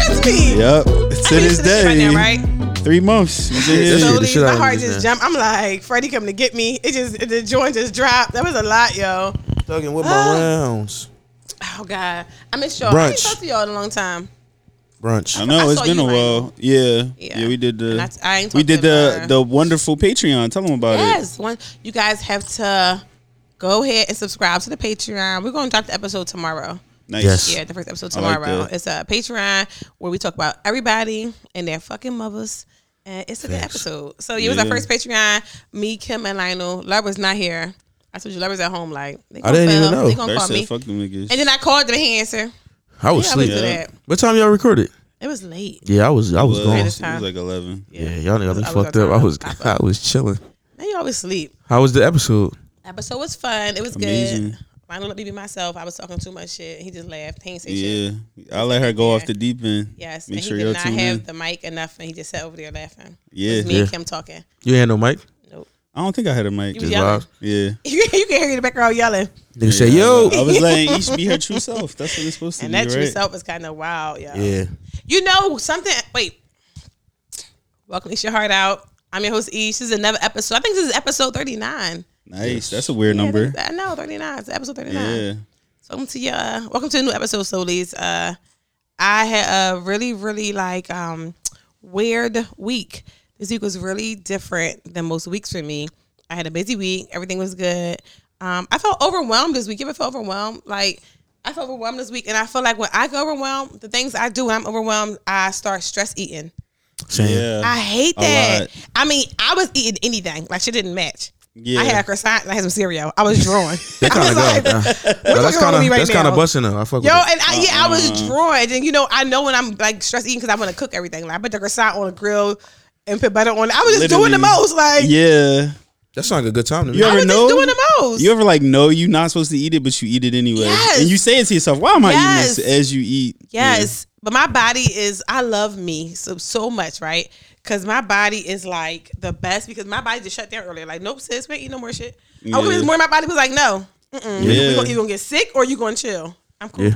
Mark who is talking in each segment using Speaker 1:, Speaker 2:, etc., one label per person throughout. Speaker 1: Yep. It's to
Speaker 2: I
Speaker 1: this
Speaker 2: used to this
Speaker 1: day.
Speaker 2: shit right now, right?
Speaker 1: Three months. It's in
Speaker 3: That
Speaker 1: his-
Speaker 3: shit- the
Speaker 2: Slowly,
Speaker 3: shit out
Speaker 2: my
Speaker 3: of
Speaker 2: heart
Speaker 3: me, man.
Speaker 2: just jumped. I'm like, Freddie coming to get me. It just the joint just dropped. That was a lot, yo.
Speaker 3: Talking with my
Speaker 2: Ah.
Speaker 3: rounds.
Speaker 2: Oh God, I miss y'all. I ain't
Speaker 3: Brunch.
Speaker 2: talked to y'all in a long time.
Speaker 3: Brunch.
Speaker 1: I know
Speaker 2: I
Speaker 1: it's
Speaker 2: saw
Speaker 1: been a
Speaker 2: you,
Speaker 1: while. Yeah. yeah,
Speaker 2: Yeah.
Speaker 1: We did
Speaker 2: And
Speaker 1: the.
Speaker 2: that's- I ain't
Speaker 1: we
Speaker 2: talking
Speaker 1: did the
Speaker 2: about-
Speaker 1: the wonderful Patreon. Tell them about it.
Speaker 2: Yes, one. You guys have to go ahead and subscribe to the Patreon. We're going to drop the episode tomorrow.
Speaker 1: Nice.
Speaker 3: Yes.
Speaker 2: Yeah, the first episode
Speaker 1: I like
Speaker 2: tomorrow.
Speaker 1: that.
Speaker 2: it's a Patreon where we talk about everybody and their fucking mothers. And it's a good
Speaker 3: Thanks.
Speaker 2: episode. So it was our
Speaker 1: Yeah.
Speaker 2: first Patreon. Me, Kim, and Lionel. Lover's not here. I told you Lover's at home. Like they
Speaker 3: I didn't
Speaker 2: gonna
Speaker 3: even
Speaker 2: film,
Speaker 3: know.
Speaker 2: They gonna
Speaker 1: They
Speaker 2: call
Speaker 1: said,
Speaker 2: me.
Speaker 1: fuck them niggas.
Speaker 2: And then I called them. He answered.
Speaker 3: I
Speaker 2: Yeah, I
Speaker 1: Oh,
Speaker 3: was
Speaker 2: was
Speaker 3: asleep.
Speaker 2: to
Speaker 1: Yeah.
Speaker 2: that.
Speaker 3: What time y'all recorded?
Speaker 2: It was late.
Speaker 3: Yeah, I was. I was
Speaker 1: it
Speaker 3: gone.
Speaker 1: was, it was like eleven.
Speaker 3: Yeah, y'all niggas
Speaker 2: I was
Speaker 3: fucked
Speaker 2: on
Speaker 3: up. I
Speaker 2: time.
Speaker 3: was.
Speaker 2: Pop
Speaker 3: I
Speaker 2: up.
Speaker 3: was chilling.
Speaker 2: Now you always sleep.
Speaker 3: How was the episode?
Speaker 2: Episode was fun. It was
Speaker 1: Amazing.
Speaker 2: good. I don't let me be myself. I was talking too much shit. He just laughed. He ain't say shit.
Speaker 1: Yeah, I let her go off the deep end.
Speaker 2: Yes,
Speaker 1: make
Speaker 2: and
Speaker 1: sure
Speaker 2: he
Speaker 1: y'all
Speaker 2: did not
Speaker 1: tune
Speaker 2: have
Speaker 1: in.
Speaker 2: the mic enough, and he just sat over there laughing.
Speaker 1: Yeah.
Speaker 2: it was me and
Speaker 3: Yeah.
Speaker 2: Kim talking.
Speaker 3: You ain't had no mic.
Speaker 2: Nope.
Speaker 1: I don't think I had a mic.
Speaker 2: You was
Speaker 3: Just
Speaker 2: yelling.
Speaker 3: vibes?
Speaker 1: Yeah,
Speaker 2: you can hear you in the background yelling,
Speaker 3: Nigga say yo.
Speaker 1: I was letting each be her true self. That's what it's supposed to
Speaker 2: and
Speaker 1: be,
Speaker 2: that
Speaker 1: right?
Speaker 2: true self is kind of wild, y'all.
Speaker 3: Yeah.
Speaker 2: You know something? Wait. Welcome to your heart out. I'm your host E. This is another episode. I think this is episode 39.
Speaker 1: Nice. That's a weird
Speaker 2: Yeah, I
Speaker 1: number.
Speaker 2: think- I know 39. It's episode 39.
Speaker 1: Yeah.
Speaker 2: So welcome to your uh, welcome to a new episode, Solis. Uh I had a really, really like um weird week. This week was really different than most weeks for me. I had a busy week, everything was good. Um I felt overwhelmed this week. You ever feel overwhelmed? Like I felt overwhelmed this week and I feel like when I get overwhelmed, the things I do when I'm overwhelmed, I start stress eating.
Speaker 3: Same.
Speaker 1: Yeah.
Speaker 2: I hate
Speaker 1: A lot.
Speaker 2: that. I mean, I was eating anything. Like shit didn't match.
Speaker 1: Yeah.
Speaker 2: I had a croissant and I had some cereal. I was drawing.
Speaker 3: That
Speaker 2: I
Speaker 3: kind of
Speaker 2: was like,
Speaker 3: go. Nah. Nah, that's
Speaker 2: wrong
Speaker 3: kind
Speaker 2: with me
Speaker 3: of
Speaker 2: right
Speaker 3: that's kind of
Speaker 2: now?
Speaker 3: busting though. I fuck
Speaker 2: Yo,
Speaker 3: with
Speaker 2: and I, yeah, I was
Speaker 1: uh-uh.
Speaker 2: drawn, and you know, I know when I'm like stressed eating because I want to cook everything. Like I put the croissant on a grill and put butter on. it. I was just doing the
Speaker 1: Literally.
Speaker 2: most. Like
Speaker 1: Yeah.
Speaker 3: that. That sounds like a good time to me.
Speaker 1: You
Speaker 2: I
Speaker 1: ever
Speaker 2: was
Speaker 1: know?
Speaker 2: just doing the most.
Speaker 1: You ever like know you're not supposed to eat it, but you eat it anyway,
Speaker 2: Yes.
Speaker 1: and you say it to yourself, "Why am I
Speaker 2: Yes.
Speaker 1: eating this?" As you eat. Yeah.
Speaker 2: yes, but my body is. I love me so so much, right? Because my body is like the best. Because my body just shut down earlier. Like, nope, sis, we ain't eating no more shit. I woke up
Speaker 1: Yeah.
Speaker 2: this morning, my body was like, no, mm-mm.
Speaker 1: Yeah.
Speaker 2: you gonna, you gonna get sick or you gonna chill. I'm cool.
Speaker 3: Yeah.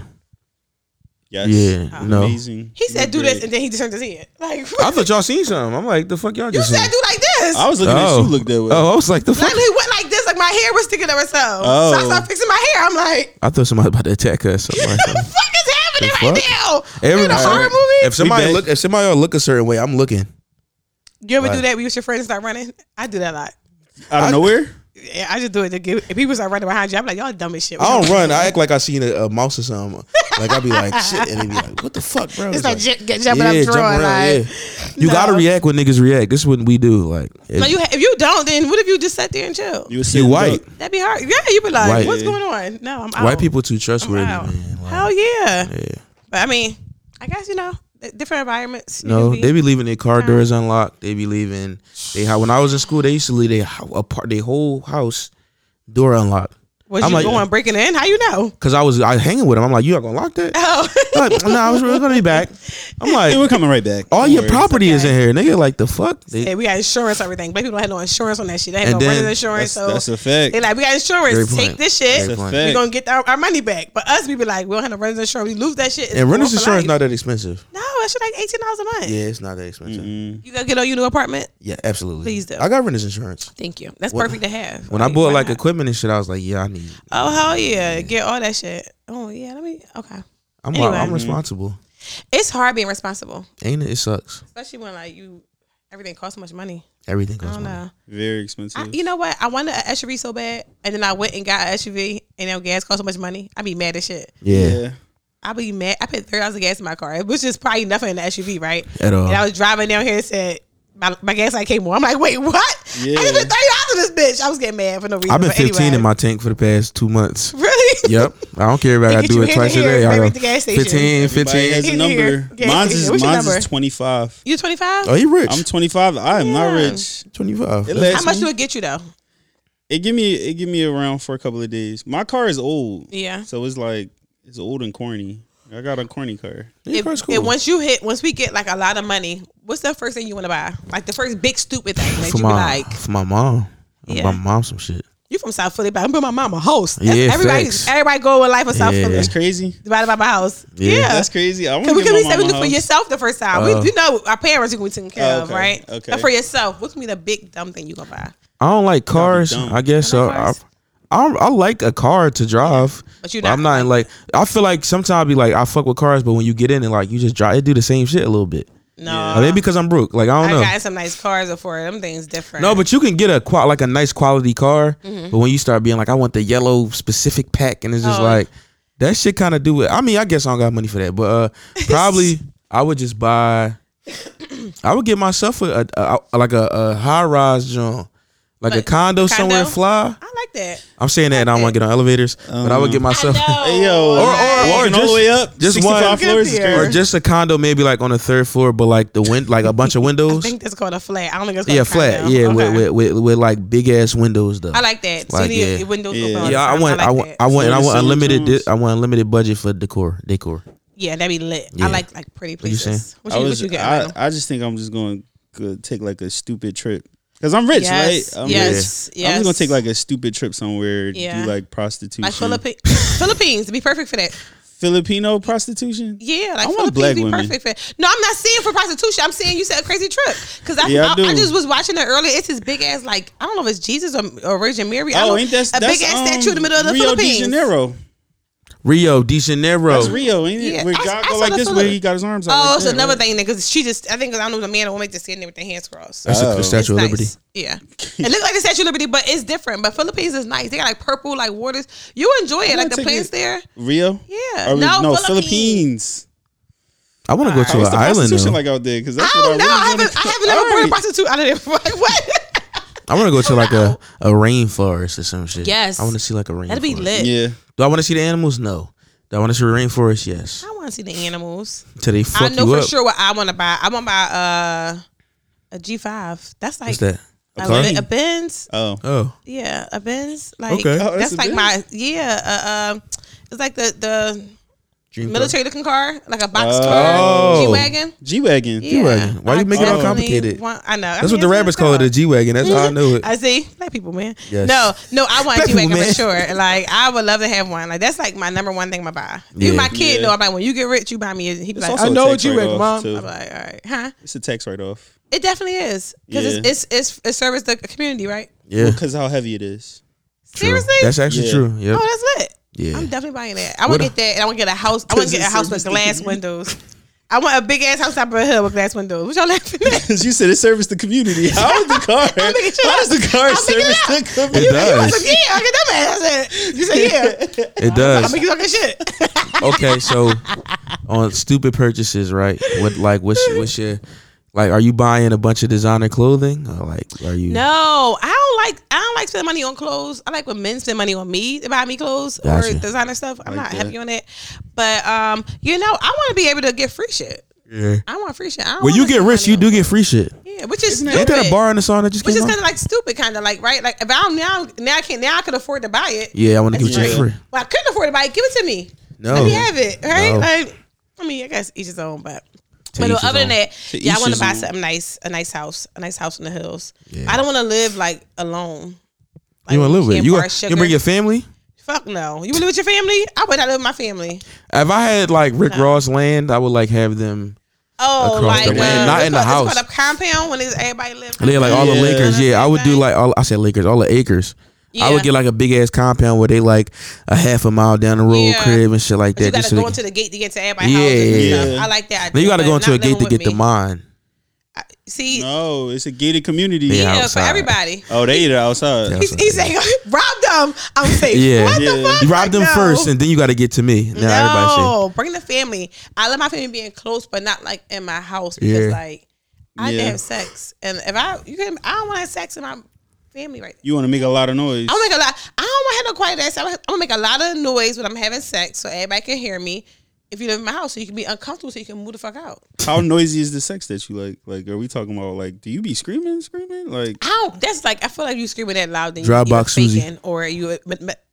Speaker 1: Yes.
Speaker 3: Yeah, no.
Speaker 1: Amazing.
Speaker 2: He said, do
Speaker 1: You're
Speaker 2: this,
Speaker 1: great.
Speaker 2: and then he just turned his head. Like,
Speaker 3: I thought y'all seen something. I'm like, the fuck y'all
Speaker 2: you
Speaker 3: just.
Speaker 2: said
Speaker 3: seen?
Speaker 2: do like this.
Speaker 1: I was looking at
Speaker 3: Oh.
Speaker 1: you. Look that way.
Speaker 3: Oh, I was like, the fuck.
Speaker 2: Like he went like this, like my hair was sticking to itself. So I
Speaker 1: Oh.
Speaker 2: started fixing my hair. I'm like,
Speaker 3: I thought somebody about to attack us. Something like
Speaker 2: what the
Speaker 3: that.
Speaker 2: fuck is happening
Speaker 3: The
Speaker 2: right now? Every, in a horror movie?
Speaker 3: If somebody
Speaker 1: back.
Speaker 3: look, if somebody else look a certain way, I'm looking.
Speaker 2: you ever do
Speaker 3: Right.
Speaker 2: that? We with your friends and start running. I do that a lot.
Speaker 1: Out of nowhere.
Speaker 2: Yeah, I just do it to give. If people start running behind you, I'm like, y'all dumb as shit.
Speaker 3: I don't run. I act like I seen a, a mouse or something. Like I'd be like, shit, and they be like, what the fuck, bro?
Speaker 2: It's like, ju- get jumping up, drawing. like,
Speaker 3: You
Speaker 2: no.
Speaker 3: gotta react when niggas react. This is what we do. Like,
Speaker 2: no, you ha- if you don't, then what if you just sat there and chill?
Speaker 1: were
Speaker 3: you
Speaker 1: sitting
Speaker 3: white.
Speaker 1: up.
Speaker 2: That'd be hard. Yeah, you'd be like,
Speaker 3: White.
Speaker 2: what's
Speaker 1: Yeah.
Speaker 2: going on? No, I'm out.
Speaker 3: White people too
Speaker 2: I'm
Speaker 3: trustworthy,
Speaker 2: out.
Speaker 3: man. Like,
Speaker 2: Hell yeah.
Speaker 3: yeah.
Speaker 2: But I mean, I guess you know, th- different environments. you
Speaker 3: No,
Speaker 2: can
Speaker 3: they be leaving their car
Speaker 2: Nah.
Speaker 3: doors unlocked. They be leaving. They how when I was in school, they used to leave their hou- apart their whole house door unlocked.
Speaker 2: Was
Speaker 3: I'm
Speaker 2: you
Speaker 3: like-
Speaker 2: going breaking in? How you know?
Speaker 3: Cause I was I was hanging with them. I'm like, you not gonna lock that?
Speaker 2: Oh.
Speaker 3: They're Like, no, I was really gonna be back. I'm
Speaker 1: Hey, we're
Speaker 3: like,
Speaker 1: coming right back.
Speaker 3: all
Speaker 1: Don't
Speaker 3: your
Speaker 1: worry.
Speaker 3: property is in here, nigga. Like the fuck. They,
Speaker 2: Yeah, we got insurance, everything. Black people had no insurance on that shit. They had
Speaker 3: And
Speaker 2: no rental
Speaker 3: then-
Speaker 1: That's,
Speaker 2: insurance. so
Speaker 1: that's a fact.
Speaker 2: they like, we got
Speaker 3: Great
Speaker 2: insurance.
Speaker 3: point.
Speaker 2: Take this
Speaker 3: Great
Speaker 2: shit.
Speaker 3: point.
Speaker 2: We're gonna get our, our money back. But us, we be like, we don't have no rental insurance. We lose that shit. It's
Speaker 3: and rental
Speaker 2: gone for
Speaker 3: insurance
Speaker 2: life.
Speaker 3: not that expensive.
Speaker 2: No, that shit like eighteen dollars a month.
Speaker 3: Yeah, it's not that expensive.
Speaker 1: Mm-hmm.
Speaker 2: You gonna get on your new apartment?
Speaker 3: Yeah, absolutely.
Speaker 2: Please do.
Speaker 3: I got renter's insurance.
Speaker 2: Thank you. That's
Speaker 3: When-
Speaker 2: perfect to have.
Speaker 3: When I bought
Speaker 2: why
Speaker 3: like
Speaker 2: not?
Speaker 3: equipment and shit, I was like, yeah, I need.
Speaker 2: Oh hell yeah, get all that shit. Oh yeah, let me. Okay,
Speaker 3: I'm
Speaker 2: Anyway.
Speaker 3: I'm responsible.
Speaker 2: it's hard being responsible,
Speaker 3: Ain't it? It sucks.
Speaker 2: especially when like you everything costs so much money.
Speaker 3: Everything
Speaker 2: I
Speaker 3: goes.
Speaker 2: don't
Speaker 3: money.
Speaker 2: know.
Speaker 1: Very expensive.
Speaker 2: I, you know what? I wanted an SUV so bad, and then I went and got an SUV, and now gas cost so much money. I'd be mad as shit.
Speaker 3: Yeah.
Speaker 2: I be mad. I paid three hours of gas in my car, It was just probably nothing in the SUV, right?
Speaker 3: At all.
Speaker 2: And I was driving down here and said, my, my gas light came on. I'm like, wait, what?
Speaker 1: Yeah.
Speaker 2: I just paid three hours of this bitch. I was getting mad for no reason.
Speaker 3: I've been
Speaker 2: but
Speaker 3: 15
Speaker 2: anyway.
Speaker 3: in my tank for the past two months.
Speaker 2: Really?
Speaker 3: Yep. I don't care about it.
Speaker 2: They
Speaker 3: I
Speaker 2: get
Speaker 3: do
Speaker 2: you
Speaker 3: it
Speaker 2: here
Speaker 3: twice a
Speaker 2: to here,
Speaker 3: day. I
Speaker 2: right
Speaker 3: go
Speaker 2: at the gas station.
Speaker 3: 15,
Speaker 1: Everybody
Speaker 3: 15.
Speaker 1: has a
Speaker 2: Here.
Speaker 1: number.
Speaker 2: Yeah,
Speaker 1: Mine's is,
Speaker 2: yeah. What's your
Speaker 1: mine's
Speaker 2: number?
Speaker 1: is 25.
Speaker 2: You 25?
Speaker 3: Oh, you
Speaker 1: I'm
Speaker 3: rich.
Speaker 1: 25. I am not
Speaker 2: Yeah.
Speaker 1: rich.
Speaker 3: 25.
Speaker 1: It
Speaker 2: How
Speaker 1: lasts
Speaker 2: much do
Speaker 1: me.
Speaker 2: it get you, though?
Speaker 1: It give me it give me around for a couple of days. My car is old.
Speaker 2: Yeah.
Speaker 1: So it's like it's old and corny. I got a corny car.
Speaker 3: Your car's
Speaker 2: If-
Speaker 3: cool.
Speaker 2: if once you hit, once we get like a lot of money, what's the first thing you want to buy? Like the first big stupid thing that
Speaker 3: for
Speaker 2: you
Speaker 3: my
Speaker 2: like.
Speaker 3: for my mom. I
Speaker 2: Yeah.
Speaker 3: buy my mom some shit.
Speaker 2: You from South Philly, but I'm from my mama house.
Speaker 3: Yeah,
Speaker 2: everybody,
Speaker 3: facts.
Speaker 2: everybody go with life in South
Speaker 3: Yeah.
Speaker 2: Philly.
Speaker 1: That's crazy.
Speaker 2: Divided by my house.
Speaker 3: Yeah.
Speaker 2: Yeah.
Speaker 1: That's crazy. I want
Speaker 2: Cause
Speaker 1: to
Speaker 2: we
Speaker 1: get
Speaker 2: could
Speaker 1: my
Speaker 2: be saying we
Speaker 1: mama
Speaker 2: do for
Speaker 1: house.
Speaker 2: yourself the first time.
Speaker 3: Oh.
Speaker 2: we, you know, our parents are going to be taken care
Speaker 1: Oh,
Speaker 2: of,
Speaker 1: okay.
Speaker 2: right?
Speaker 1: Okay.
Speaker 2: But for yourself, what's gonna be the big dumb thing you gonna buy?
Speaker 3: I don't like cars.
Speaker 1: dumb.
Speaker 3: I guess
Speaker 2: You
Speaker 3: so.
Speaker 2: like
Speaker 3: I,
Speaker 2: cars?
Speaker 3: I I like a car to drive.
Speaker 2: But you
Speaker 3: I'm
Speaker 2: not-
Speaker 3: not in like I feel like sometimes I be like I fuck with cars, but when you get in and like you just drive, it do the same shit a little bit.
Speaker 2: No,
Speaker 3: Or maybe because I'm broke. Like I
Speaker 2: Uh-huh. I,
Speaker 3: don't know.
Speaker 2: got some nice cars before. Them things different.
Speaker 3: No, but you can get a qua- like a nice quality car, but when you start being like, I want the yellow specific pack, and it's just
Speaker 2: Mm-hmm. Oh.
Speaker 3: like that shit kind of do it. I mean, I guess I don't got money for that, but uh, probably I would just buy. I would get myself a, a, a like a, a high rise joint, like, a
Speaker 2: Like,
Speaker 3: condo, somewhere in
Speaker 2: condo?
Speaker 3: fly.
Speaker 2: I like that.
Speaker 3: I'm saying that and I don't want to get on elevators, but I would get myself
Speaker 2: Um, I know.
Speaker 1: Hey, yo,
Speaker 2: Or- or-
Speaker 3: or
Speaker 1: walking all
Speaker 3: just-
Speaker 1: the way up,
Speaker 3: just
Speaker 1: 65
Speaker 3: one-
Speaker 1: floors is
Speaker 2: Or
Speaker 1: crazy.
Speaker 3: or just a condo, maybe like on the third floor, but like the wind, like a bunch of
Speaker 2: I
Speaker 3: windows.
Speaker 2: think that's called a flat. I don't think it's called
Speaker 3: Yeah,
Speaker 2: a
Speaker 3: flat.
Speaker 2: condo.
Speaker 3: Yeah,
Speaker 2: Okay.
Speaker 3: with, with, with with like big ass windows though.
Speaker 2: I like that.
Speaker 3: Like,
Speaker 2: so you need
Speaker 3: yeah.
Speaker 2: your windows
Speaker 1: Yeah.
Speaker 2: open. all the
Speaker 3: Yeah, I
Speaker 2: time.
Speaker 3: want, I,
Speaker 2: like
Speaker 3: want,
Speaker 2: that.
Speaker 3: I want, and I
Speaker 1: Solar
Speaker 3: want
Speaker 1: Solar
Speaker 3: unlimited.
Speaker 1: Jones.
Speaker 3: Di- I want unlimited budget for decor. Decor.
Speaker 2: yeah, that'd be lit.
Speaker 3: Yeah.
Speaker 2: I like like pretty
Speaker 3: you
Speaker 2: places. What
Speaker 1: I
Speaker 2: you, what
Speaker 1: was.
Speaker 2: you get?
Speaker 1: I,
Speaker 2: Michael?
Speaker 1: I just think I'm just going to take like a stupid trip because I'm rich,
Speaker 2: yes,
Speaker 1: right? I'm rich.
Speaker 2: yes, yes.
Speaker 1: I'm just gonna take like a stupid trip somewhere.
Speaker 2: Yeah.
Speaker 1: Do like prostitution,
Speaker 2: like Philippi- Philippines. It'd be perfect for that.
Speaker 1: Filipino prostitution.
Speaker 2: Yeah, like
Speaker 1: I want
Speaker 2: Philippines
Speaker 1: black
Speaker 2: be
Speaker 1: women.
Speaker 2: perfect for. No, I'm not saying for prostitution. I'm saying you said a crazy trip because I,
Speaker 1: Yeah, I
Speaker 2: I,
Speaker 1: do.
Speaker 2: I just was watching it earlier. It's his big ass like I don't know if it's Jesus or, or Virgin Mary. I
Speaker 1: Oh,
Speaker 2: don't-
Speaker 1: ain't that um,
Speaker 2: a big ass statue in the middle of the
Speaker 1: Rio
Speaker 2: Philippines? Oh,
Speaker 1: de Janeiro.
Speaker 3: Rio de Janeiro.
Speaker 1: That's Rio, ain't it?
Speaker 2: Yeah,
Speaker 1: Where
Speaker 2: I-
Speaker 1: God
Speaker 2: I
Speaker 1: go
Speaker 2: saw
Speaker 1: like
Speaker 2: the
Speaker 1: this,
Speaker 2: Philip-
Speaker 1: where he got his arms. out
Speaker 2: Oh,
Speaker 1: like
Speaker 2: it's
Speaker 1: that,
Speaker 2: another
Speaker 1: right?
Speaker 2: thing because she just I think I don't know the man or woman just sitting there with their hands crossed. So
Speaker 3: That's
Speaker 1: Oh.
Speaker 3: the Statue of
Speaker 2: it's
Speaker 3: Liberty.
Speaker 2: nice. Yeah, it looks like the Statue of Liberty, but it's different. But Philippines is nice. They got like purple like waters. You enjoy it,
Speaker 1: gonna
Speaker 2: like the
Speaker 1: take
Speaker 2: plants
Speaker 1: it.
Speaker 2: there.
Speaker 1: Rio.
Speaker 2: Yeah.
Speaker 1: Or we-
Speaker 2: No,
Speaker 1: no,
Speaker 2: Philippines.
Speaker 1: Philippines.
Speaker 3: I want to go to
Speaker 1: What's
Speaker 3: an
Speaker 1: the
Speaker 3: island.
Speaker 1: prostitution
Speaker 3: Though.
Speaker 1: like out there? Because that's
Speaker 2: I don't
Speaker 1: what
Speaker 2: know. Oh, I
Speaker 1: I, really
Speaker 2: haven't I
Speaker 1: wanna-
Speaker 2: haven't never brought a
Speaker 1: Alright.
Speaker 2: prostitute out of there. Like what?
Speaker 3: I want to go to like a, a rainforest or some
Speaker 2: Oh,
Speaker 3: shit.
Speaker 2: Yes.
Speaker 3: I want to see like a rainforest.
Speaker 2: That'd be lit.
Speaker 1: Yeah.
Speaker 3: Do I want to see the animals? No. Do I want to see the rainforest? Yes.
Speaker 2: I want to see the animals.
Speaker 3: Till they fuck
Speaker 2: I know
Speaker 3: you
Speaker 2: for
Speaker 3: up.
Speaker 2: sure what I want to buy. I want to buy uh, a G five. That's like
Speaker 3: What's that?
Speaker 2: A,
Speaker 3: car?
Speaker 2: Ben- a Benz.
Speaker 1: Oh.
Speaker 3: Oh,
Speaker 2: Yeah, a Benz. Like
Speaker 3: Okay.
Speaker 1: Oh, that's
Speaker 2: that's,
Speaker 1: a
Speaker 2: like
Speaker 1: Benz.
Speaker 2: my yeah. Uh, um it's like the the
Speaker 3: dream
Speaker 2: military looking car, like a box
Speaker 1: Oh.
Speaker 2: car, G wagon.
Speaker 1: G wagon.
Speaker 2: Yeah.
Speaker 3: G-Wagon. Why you
Speaker 2: I
Speaker 3: make it all
Speaker 2: definitely
Speaker 3: complicated?
Speaker 2: Want, I know.
Speaker 3: That's what the rabbits call it, a G wagon. That's
Speaker 1: Uh-huh.
Speaker 3: how I knew it.
Speaker 2: I see black people, man.
Speaker 3: Yes.
Speaker 2: No, no, I want
Speaker 3: Black
Speaker 2: a G wagon
Speaker 3: people,
Speaker 2: for
Speaker 3: man.
Speaker 2: sure. Like I would love to have one. Like that's like my number one thing I buy. You,
Speaker 3: Yeah.
Speaker 2: my kid,
Speaker 1: Yeah.
Speaker 2: know. I'm like, when you get rich, you buy me. a- He be
Speaker 1: It's
Speaker 2: like,
Speaker 1: also
Speaker 2: oh,
Speaker 1: a
Speaker 3: know
Speaker 1: tax
Speaker 3: a G wagon,
Speaker 1: write-off,
Speaker 3: Mom.
Speaker 1: too.
Speaker 2: I'm like, all right, huh?
Speaker 1: It's a tax write off
Speaker 2: It definitely is because
Speaker 1: Yeah.
Speaker 2: it's, it's it's it's service the community, right?
Speaker 3: Yeah.
Speaker 1: because how heavy it is.
Speaker 3: True.
Speaker 2: Seriously,
Speaker 3: That's actually
Speaker 1: Yeah.
Speaker 3: true. Yep.
Speaker 2: oh, that's lit.
Speaker 3: Yeah.
Speaker 2: I'm definitely buying that. I want
Speaker 3: What a-
Speaker 2: to get that, and I want to get a house. I want to get a
Speaker 1: it's
Speaker 2: house with
Speaker 1: service the
Speaker 2: glass
Speaker 1: community.
Speaker 2: windows. I want a big ass house top of a hill with glass windows. What y'all laughing at?
Speaker 1: Because you said it served the community. How is the car? how
Speaker 2: making shit
Speaker 1: does the car
Speaker 2: I'm making
Speaker 1: service
Speaker 2: it
Speaker 1: the
Speaker 3: It
Speaker 1: community?
Speaker 2: I was
Speaker 3: does.
Speaker 2: like, yeah, I get that man. I said, you said, yeah.
Speaker 3: It
Speaker 2: I'm
Speaker 3: does.
Speaker 2: making talking shit.
Speaker 3: okay, so on stupid purchases, right? What like what's what's your like are you buying a bunch of designer clothing? Or like are you
Speaker 2: No, I don't like. I don't like spending money on clothes. I like when men spend money on me to buy me clothes
Speaker 3: Gotcha.
Speaker 2: or designer stuff. I'm
Speaker 1: Like
Speaker 2: not
Speaker 1: that.
Speaker 2: happy on that. But um, you know, I want to be able to get free shit.
Speaker 3: Yeah.
Speaker 2: I want free shit. I don't
Speaker 3: When you
Speaker 2: wanna
Speaker 3: get
Speaker 2: spend
Speaker 3: rich,
Speaker 2: money
Speaker 3: you
Speaker 2: on-
Speaker 3: do get free shit.
Speaker 2: Yeah, which is
Speaker 1: Isn't that-
Speaker 2: stupid.
Speaker 3: Ain't that a bar in the song that just
Speaker 2: Which
Speaker 3: came
Speaker 2: is
Speaker 3: out?
Speaker 2: kind of like stupid, kind of like right. Like if I don't now, now I can now I could afford to buy it.
Speaker 3: yeah, I want to
Speaker 2: That's
Speaker 3: give it to you
Speaker 1: free.
Speaker 3: free.
Speaker 2: Well, I couldn't afford to buy it. Give it to me.
Speaker 3: No.
Speaker 2: Let me have it. Right?
Speaker 3: No.
Speaker 2: Like, I mean, I guess each his own, but.
Speaker 3: To
Speaker 2: But
Speaker 3: each
Speaker 2: no,
Speaker 3: his
Speaker 2: other
Speaker 3: own.
Speaker 2: than that,
Speaker 1: To
Speaker 2: yeah, I
Speaker 1: each
Speaker 2: want to
Speaker 1: his
Speaker 2: buy
Speaker 1: own.
Speaker 2: something nice, a nice house, a nice house in the hills.
Speaker 3: Yeah.
Speaker 2: I don't want to live like alone. Like,
Speaker 3: you want to live with
Speaker 2: can't
Speaker 3: you?
Speaker 2: borrow
Speaker 3: gonna- You
Speaker 2: sugar.
Speaker 3: bring your family?
Speaker 2: fuck no. You wanna live with your family? I would not live with my family.
Speaker 3: If I had like Rick Ross land, I would like have them.
Speaker 2: Oh,
Speaker 3: Across
Speaker 2: like
Speaker 3: the land,
Speaker 2: uh,
Speaker 3: not
Speaker 2: it's
Speaker 3: in the
Speaker 2: called-
Speaker 3: house.
Speaker 2: It's called a compound when it's, everybody lives.
Speaker 3: They like all the
Speaker 1: Yeah.
Speaker 3: Lakers. Yeah, I would do like all. I said Lakers, all the acres. I would
Speaker 2: Yeah.
Speaker 3: get like a big ass compound where they like a half a mile down the road
Speaker 2: Yeah.
Speaker 3: crib and shit like
Speaker 2: But
Speaker 3: that.
Speaker 2: you
Speaker 3: just
Speaker 2: gotta
Speaker 3: so
Speaker 2: go
Speaker 3: they can-
Speaker 2: into the gate to get to everybody's
Speaker 3: Yeah,
Speaker 2: house and
Speaker 3: yeah,
Speaker 2: stuff.
Speaker 1: yeah.
Speaker 2: I like that. idea,
Speaker 3: Then you got to
Speaker 2: but
Speaker 3: go into
Speaker 2: not
Speaker 3: a gate
Speaker 2: living
Speaker 3: to
Speaker 2: with
Speaker 3: get the
Speaker 2: me.
Speaker 3: mine.
Speaker 2: I- See,
Speaker 1: No, Oh, it's a gated community.
Speaker 3: Yeah.
Speaker 2: yeah, for
Speaker 3: outside.
Speaker 2: everybody.
Speaker 1: Oh, they eat it outside.
Speaker 3: Yeah.
Speaker 2: He's, he's saying, rob them. I'm safe.
Speaker 3: Yeah.
Speaker 2: What
Speaker 1: Yeah.
Speaker 2: the fuck?
Speaker 3: You rob them
Speaker 2: Like, no.
Speaker 3: first, and then you got to get to me. Now everybody say,
Speaker 2: no, bring the family. I love my family being close, but not like in my house because
Speaker 3: Yeah.
Speaker 2: like I had
Speaker 1: Yeah.
Speaker 2: to have sex, and if I you can, I don't want to have sex in my family right. Now.
Speaker 1: You want to make a lot of noise.
Speaker 2: I'm make a lot. I don't want to have no quiet ass. I'm gonna- I'm gonna make a lot of noise when I'm having sex, so everybody can hear me. If you live in my house, so you can be uncomfortable, so you can move the fuck out.
Speaker 1: How noisy is the sex that you like? Like, are we talking about like? Do you be screaming, screaming? Like,
Speaker 2: I don't. That's like I feel like you screaming that loud. Then
Speaker 3: Dry
Speaker 2: you
Speaker 3: box
Speaker 2: either
Speaker 3: Susie.
Speaker 2: faking or you. uh, But, but,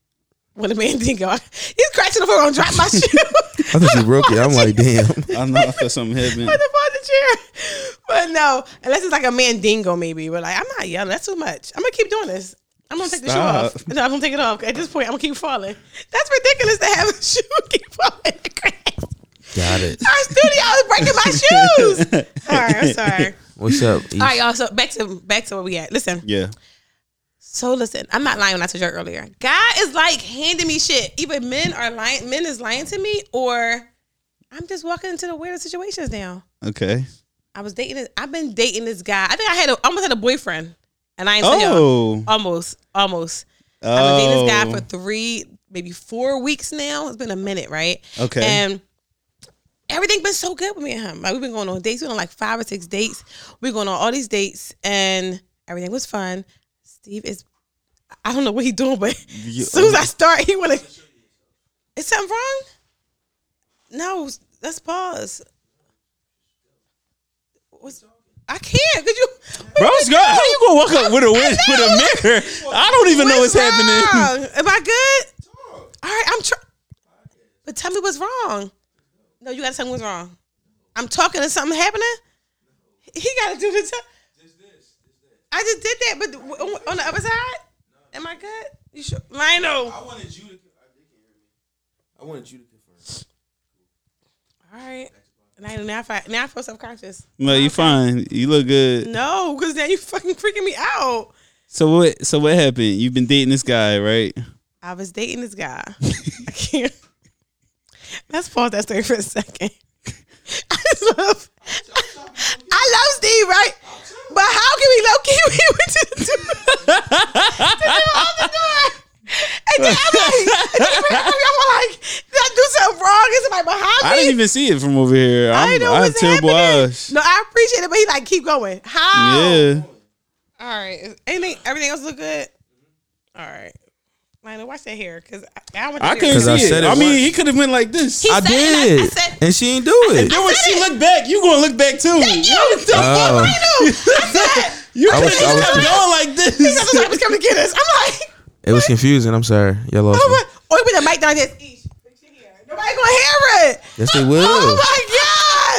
Speaker 2: when a man think go, he's crashing the floor, gonna drop my shoe.
Speaker 3: I thought you broke it. I'm like, damn.
Speaker 1: I don't know. I feel something happening.
Speaker 2: the fuck the chair. But no, unless it's like a mandingo, maybe. But like, I'm not yelling. That's too much. I'm gonna keep doing this. I'm gonna take the shoe
Speaker 1: Stop.
Speaker 2: off. No, I'm gonna take it off. At this point, I'm gonna keep falling. That's ridiculous to have a shoe keep falling in the grass.
Speaker 3: Got it.
Speaker 2: Our studio is breaking my shoes. All right, I'm sorry.
Speaker 3: What's up? E? East?
Speaker 2: All right, y'all. So back to back to where we at. Listen.
Speaker 1: Yeah.
Speaker 2: So listen, I'm not lying when I told you earlier. God is like handing me shit. Even men are lying. Men is lying to me, or I'm just walking into the weirdest situations now.
Speaker 1: Okay.
Speaker 2: I was dating. This, I've been dating this guy. I think I had a, almost had a boyfriend, and I ain't tell y'all.
Speaker 1: Oh.
Speaker 2: Almost, almost.
Speaker 1: oh.
Speaker 2: I've been dating this guy for three, maybe four weeks now. It's been a minute, right?
Speaker 1: Okay.
Speaker 2: And everything's been so good with me and him. Like we've been going on dates. We've been on like five or six dates. We're going on all these dates, and everything was fun. Steve is, I don't know what he's doing, but
Speaker 1: You- um,
Speaker 2: as soon as I start, he want to. Is something wrong? No, let's pause. What's, I can't. Could you,
Speaker 1: Bro, it's good. how you gonna walk up with a win, with a mirror? I don't even know what's
Speaker 2: wrong?
Speaker 1: happening.
Speaker 2: Am I good? All right, I'm trying. But tell me what's wrong. No, you gotta tell me what's wrong. I'm talking and something happening. He gotta do the. T- I just did that, but w- on- on the other side, am I good? You sure? Lionel. All
Speaker 3: wanted you to. I wanted you to confirm.
Speaker 2: right. Now, now, I, fi- now I feel self conscious.
Speaker 1: No, you fine. You look good.
Speaker 2: No, because now you fucking freaking me out.
Speaker 1: So what? So what happened? You've been dating this guy, right?
Speaker 2: I was dating this guy. I can't. Let's pause that story for a second. I just love. I love Steve, right? But how can we low key we went to the door? to the other door. And then I'm like, and then I'm like, did I do something wrong? Is somebody behind me?
Speaker 1: I didn't even see it from over here.
Speaker 2: I
Speaker 1: I'm,
Speaker 2: didn't know
Speaker 1: I'm
Speaker 2: what's happening.
Speaker 1: terrible eyes.
Speaker 2: No, I appreciate it, but he like keep going. How?
Speaker 1: Yeah.
Speaker 2: All right. Anything? Everything else look good? All right. Lionel, watch that hair, cause I, I want.
Speaker 1: I
Speaker 2: to
Speaker 1: couldn't
Speaker 3: 'Cause
Speaker 1: see
Speaker 3: I
Speaker 1: it.
Speaker 3: said it
Speaker 1: I mean,
Speaker 3: once.
Speaker 1: he could have went like this.
Speaker 2: He
Speaker 1: And
Speaker 3: I
Speaker 2: said it, I- I
Speaker 3: did,
Speaker 2: said-
Speaker 3: and she ain't do it.
Speaker 1: then when she looked back, you gonna look back too.
Speaker 2: Thank you. What the
Speaker 3: Oh.
Speaker 2: fuck? I said,
Speaker 1: You
Speaker 3: I
Speaker 1: could
Speaker 3: was- I
Speaker 1: have
Speaker 3: was
Speaker 1: kept
Speaker 3: confused.
Speaker 1: going like
Speaker 2: I
Speaker 1: this.
Speaker 2: was like, "Who's coming to get us?" I'm like,
Speaker 3: It was confusing. I'm sorry, y'all lost
Speaker 2: oh
Speaker 3: me.
Speaker 2: my, oh, with the mic down this. Eesh, fix your hair. Nobody gonna hear it.
Speaker 3: Yes, they will.
Speaker 2: Oh my god.